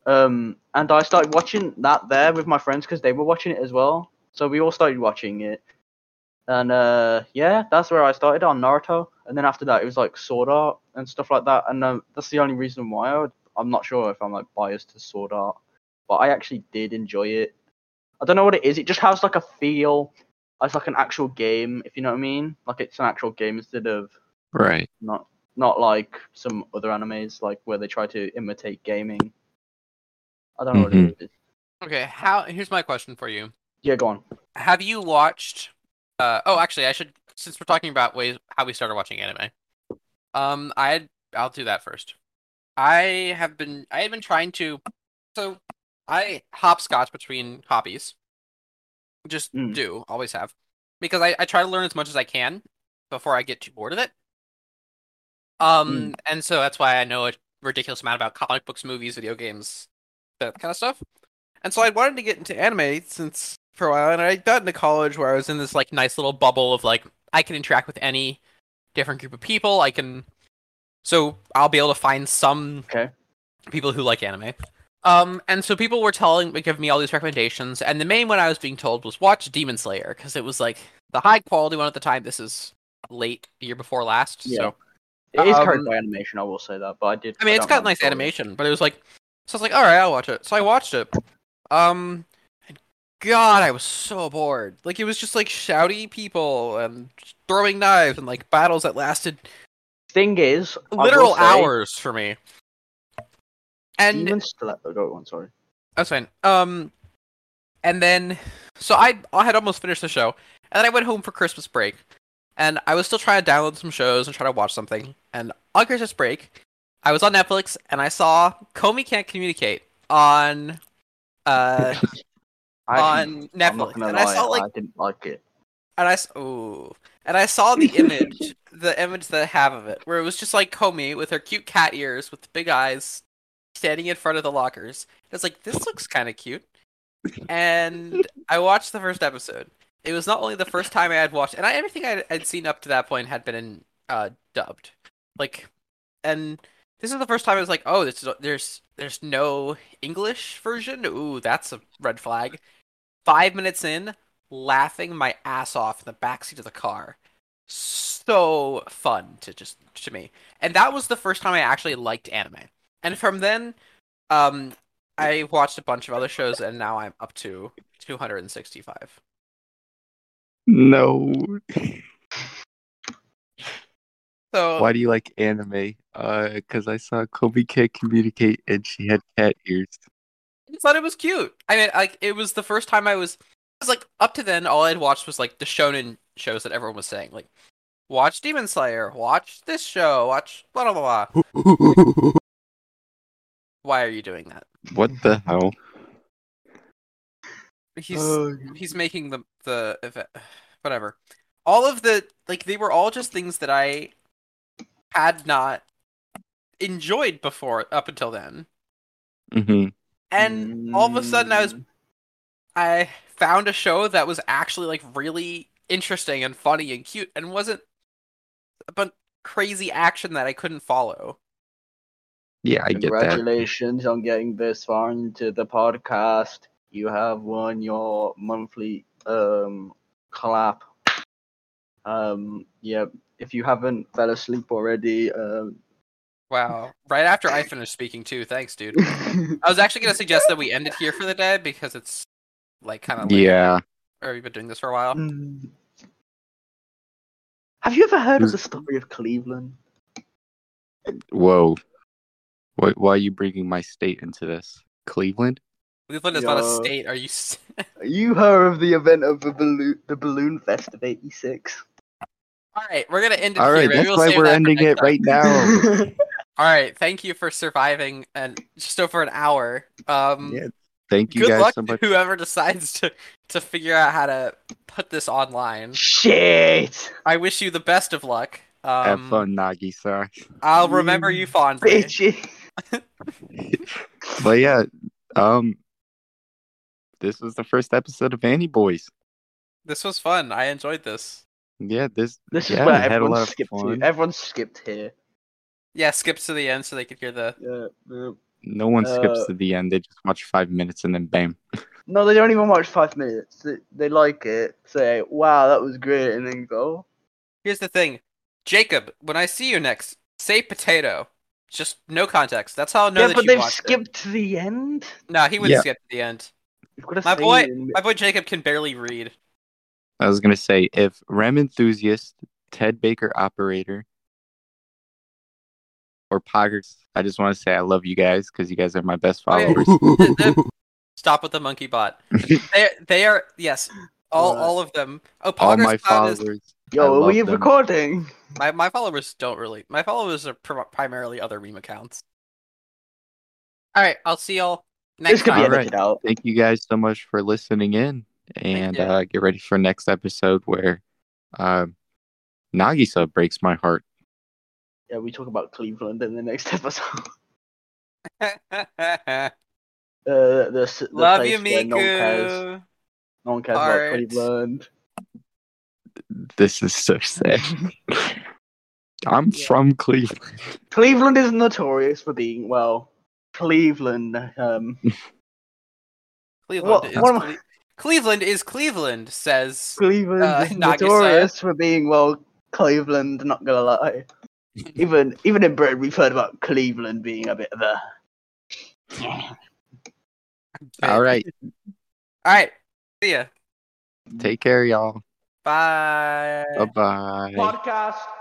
S2: Um, and I started watching that there with my friends because they were watching it as well. So we all started watching it, and uh, yeah, that's where I started on Naruto. And then after that, it was like Sword Art and stuff like that. And um, that's the only reason why I would, I'm not sure if I'm like biased to Sword Art, but I actually did enjoy it. I don't know what it is. It just has like a feel as like an actual game, if you know what I mean. Like it's an actual game instead of
S4: Right.
S2: not not like some other animes like where they try to imitate gaming. I don't know what it is.
S1: Okay, how here's my question for you.
S2: Yeah, go on.
S1: Have you watched uh oh actually I should since we're talking about ways how we started watching anime. Um I I'll do that first. I have been I had been trying to so I hopscotch between hobbies. Just
S2: Mm.
S1: do, always have. Because I, I try to learn as much as I can before I get too bored of it. Um and so that's why I know a ridiculous amount about comic books, movies, video games, that kind of stuff. And so I wanted to get into anime since for a while, and I got into college where I was in this like nice little bubble of like I can interact with any different group of people. I can, so I'll be able to find some
S2: Okay.
S1: people who like anime. Um, and so people were telling, like, giving me all these recommendations, and the main one I was being told was watch Demon Slayer because it was like the high quality one at the time. This is late the year before last,
S2: Yeah.
S1: so
S2: It is
S1: Um,
S2: current by animation, I will say that, but I did.
S1: I mean, it's
S2: don't
S1: got
S2: mind
S1: nice
S2: spoilers.
S1: animation, but it was like, so I was like, all right, I'll watch it. So I watched it. Um, and God, I was so bored. Like it was just like shouty people and throwing knives and like battles that lasted
S2: Thing is, I will
S1: literal
S2: say,
S1: hours for me. And
S2: Demon Slayer. oh, Go on, sorry.
S1: that's fine. Um, and then so I I had almost finished the show, and then I went home for Christmas break, and I was still trying to download some shows and try to watch something. And on Christmas break, I was on Netflix and I saw Comey Can't Communicate on uh
S2: I
S1: on
S2: actually- I'm
S1: Netflix,
S2: not gonna
S1: and
S2: lie,
S1: I saw like
S2: I didn't like it.
S1: and I s- ooh, and I saw the image, the image that I have of it, where it was just like Comey with her cute cat ears, with the big eyes, standing in front of the lockers. I was like, this looks kind of cute. And I watched the first episode. It was not only the first time I had watched, and I, everything I'd, I'd seen up to that point had been in uh, dubbed, like, and this is the first time I was like, oh, this is, there's there's no English version. Ooh, that's a red flag. Five minutes in, laughing my ass off in the backseat of the car. So fun to just to me. And that was the first time I actually liked anime. And from then, um, I watched a bunch of other shows, and now I'm up to 265.
S4: No.
S1: So
S4: Why do you like anime? Uh, because I saw Kobe Kid communicate and she had cat ears.
S1: I just thought it was cute. I mean, like it was the first time I was. I was like up to then, all I'd watched was like the shonen shows that everyone was saying, like watch Demon Slayer, watch this show, watch blah blah blah. blah. Why are you doing that?
S4: What the hell?
S1: He's
S2: Oh,
S1: he's making the the event, whatever. All of the like they were all just things that I had not enjoyed before up until then.
S4: Mm-hmm.
S2: Hmm.
S1: and all of a sudden I was I found a show that was actually like really interesting and funny and cute and wasn't a bunch crazy action that I couldn't follow.
S3: Yeah, I get that.
S2: Congratulations on getting this far into the podcast. You have won your monthly um clap. Um yeah, if you haven't fell asleep already, um
S1: Wow. Right after I finished speaking too. Thanks, dude. I was actually gonna suggest that we end it here for the day because it's like uh, kind of late.
S3: Yeah.
S1: Or we've been doing this for a while.
S2: Mm. Have you ever heard of
S3: Who's-
S2: the story of Cleveland?
S3: Whoa. Why, why are you bringing my state into this? Cleveland?
S1: Cleveland is not a
S2: Yeah.
S1: state. Are you? s-
S2: You heard of the event of the balloon, the balloon fest of '86?
S1: All right, we're gonna end it
S3: All
S1: here.
S3: right,
S1: Maybe
S3: that's
S1: we'll
S3: why
S1: save
S3: we're
S1: that for
S3: ending
S1: next
S3: it
S1: time.
S3: right now.
S1: All right, thank you for surviving and just over an hour. Um,
S3: Yeah, thank you
S1: good
S3: guys
S1: luck
S3: so
S1: to
S3: much.
S1: whoever decides to to figure out how to put this online.
S2: Shit!
S1: I wish you the best of luck. Um,
S3: Have fun, Nagisa.
S1: I'll remember you fondly.
S2: Bitches.
S3: But yeah, um, this was the first episode of Annie Boys.
S1: This was fun. I enjoyed this.
S3: Yeah, this
S2: This
S3: yeah,
S2: is where
S3: I had a lot
S2: everyone
S3: of
S2: skipped.
S3: fun.
S2: To. Everyone skipped here.
S1: Yeah, skip to the end so they could hear the.
S2: Yeah, yeah.
S3: no one skips
S2: Uh,
S3: to the end; they just watch five minutes and then bam.
S2: No, they don't even watch five minutes. They, they like it, say, "Wow, that was great," and then go.
S1: Here's the thing, Jacob. When I see you next, say potato. Just no context. That's how I know
S2: yeah,
S1: that
S2: but
S1: you
S2: they've
S1: watched it.
S2: skipped to the end.
S1: No, he wouldn't
S3: Yeah.
S1: skip to the end.
S2: You've got to
S1: My
S2: say
S1: boy-
S2: it in-
S1: My boy Jacob can barely read.
S3: I was gonna say if Rem enthusiast, Ted Baker operator, or Poggers. I just want to say I love you guys because you guys are my best
S1: Oh, yeah.
S3: followers.
S1: Stop with the monkey bot. they they are yes, all
S2: What?
S1: all of them. Oh,
S3: All
S1: Poggers
S3: my
S1: Cloud is-
S3: followers. I
S2: Yo, are
S3: love
S2: we
S3: them.
S2: recording?
S1: my my followers don't really. My followers are pri- primarily other meme accounts. All right, I'll see y'all next
S2: This could be
S1: time.
S3: Alright.
S2: edited out.
S3: Thank you guys so much for listening in, and
S1: you.
S3: uh, get ready for next episode where um, Nagisa breaks my heart.
S2: Yeah, we talk about Cleveland in the next episode. Uh, the, s- the
S1: Love you,
S2: place where No
S1: Miku.
S2: one cares, no one cares
S1: Heart.
S2: about Cleveland.
S3: This is so sad. I'm
S2: Yeah.
S3: from Cleveland.
S2: Cleveland is notorious for being well. Cleveland. Um,
S1: Cleveland
S2: Wha-
S1: is
S2: what am I-
S1: Cle- Cleveland is Cleveland says
S2: Cleveland
S1: Uh,
S2: is
S1: Nagisa.
S2: notorious for being well. Cleveland, not gonna lie. Even even in Britain, we've heard about Cleveland being a bit of a.
S3: All right.
S1: All right. See ya.
S3: Take care, y'all.
S1: Bye.
S3: Bye bye.
S2: Podcast.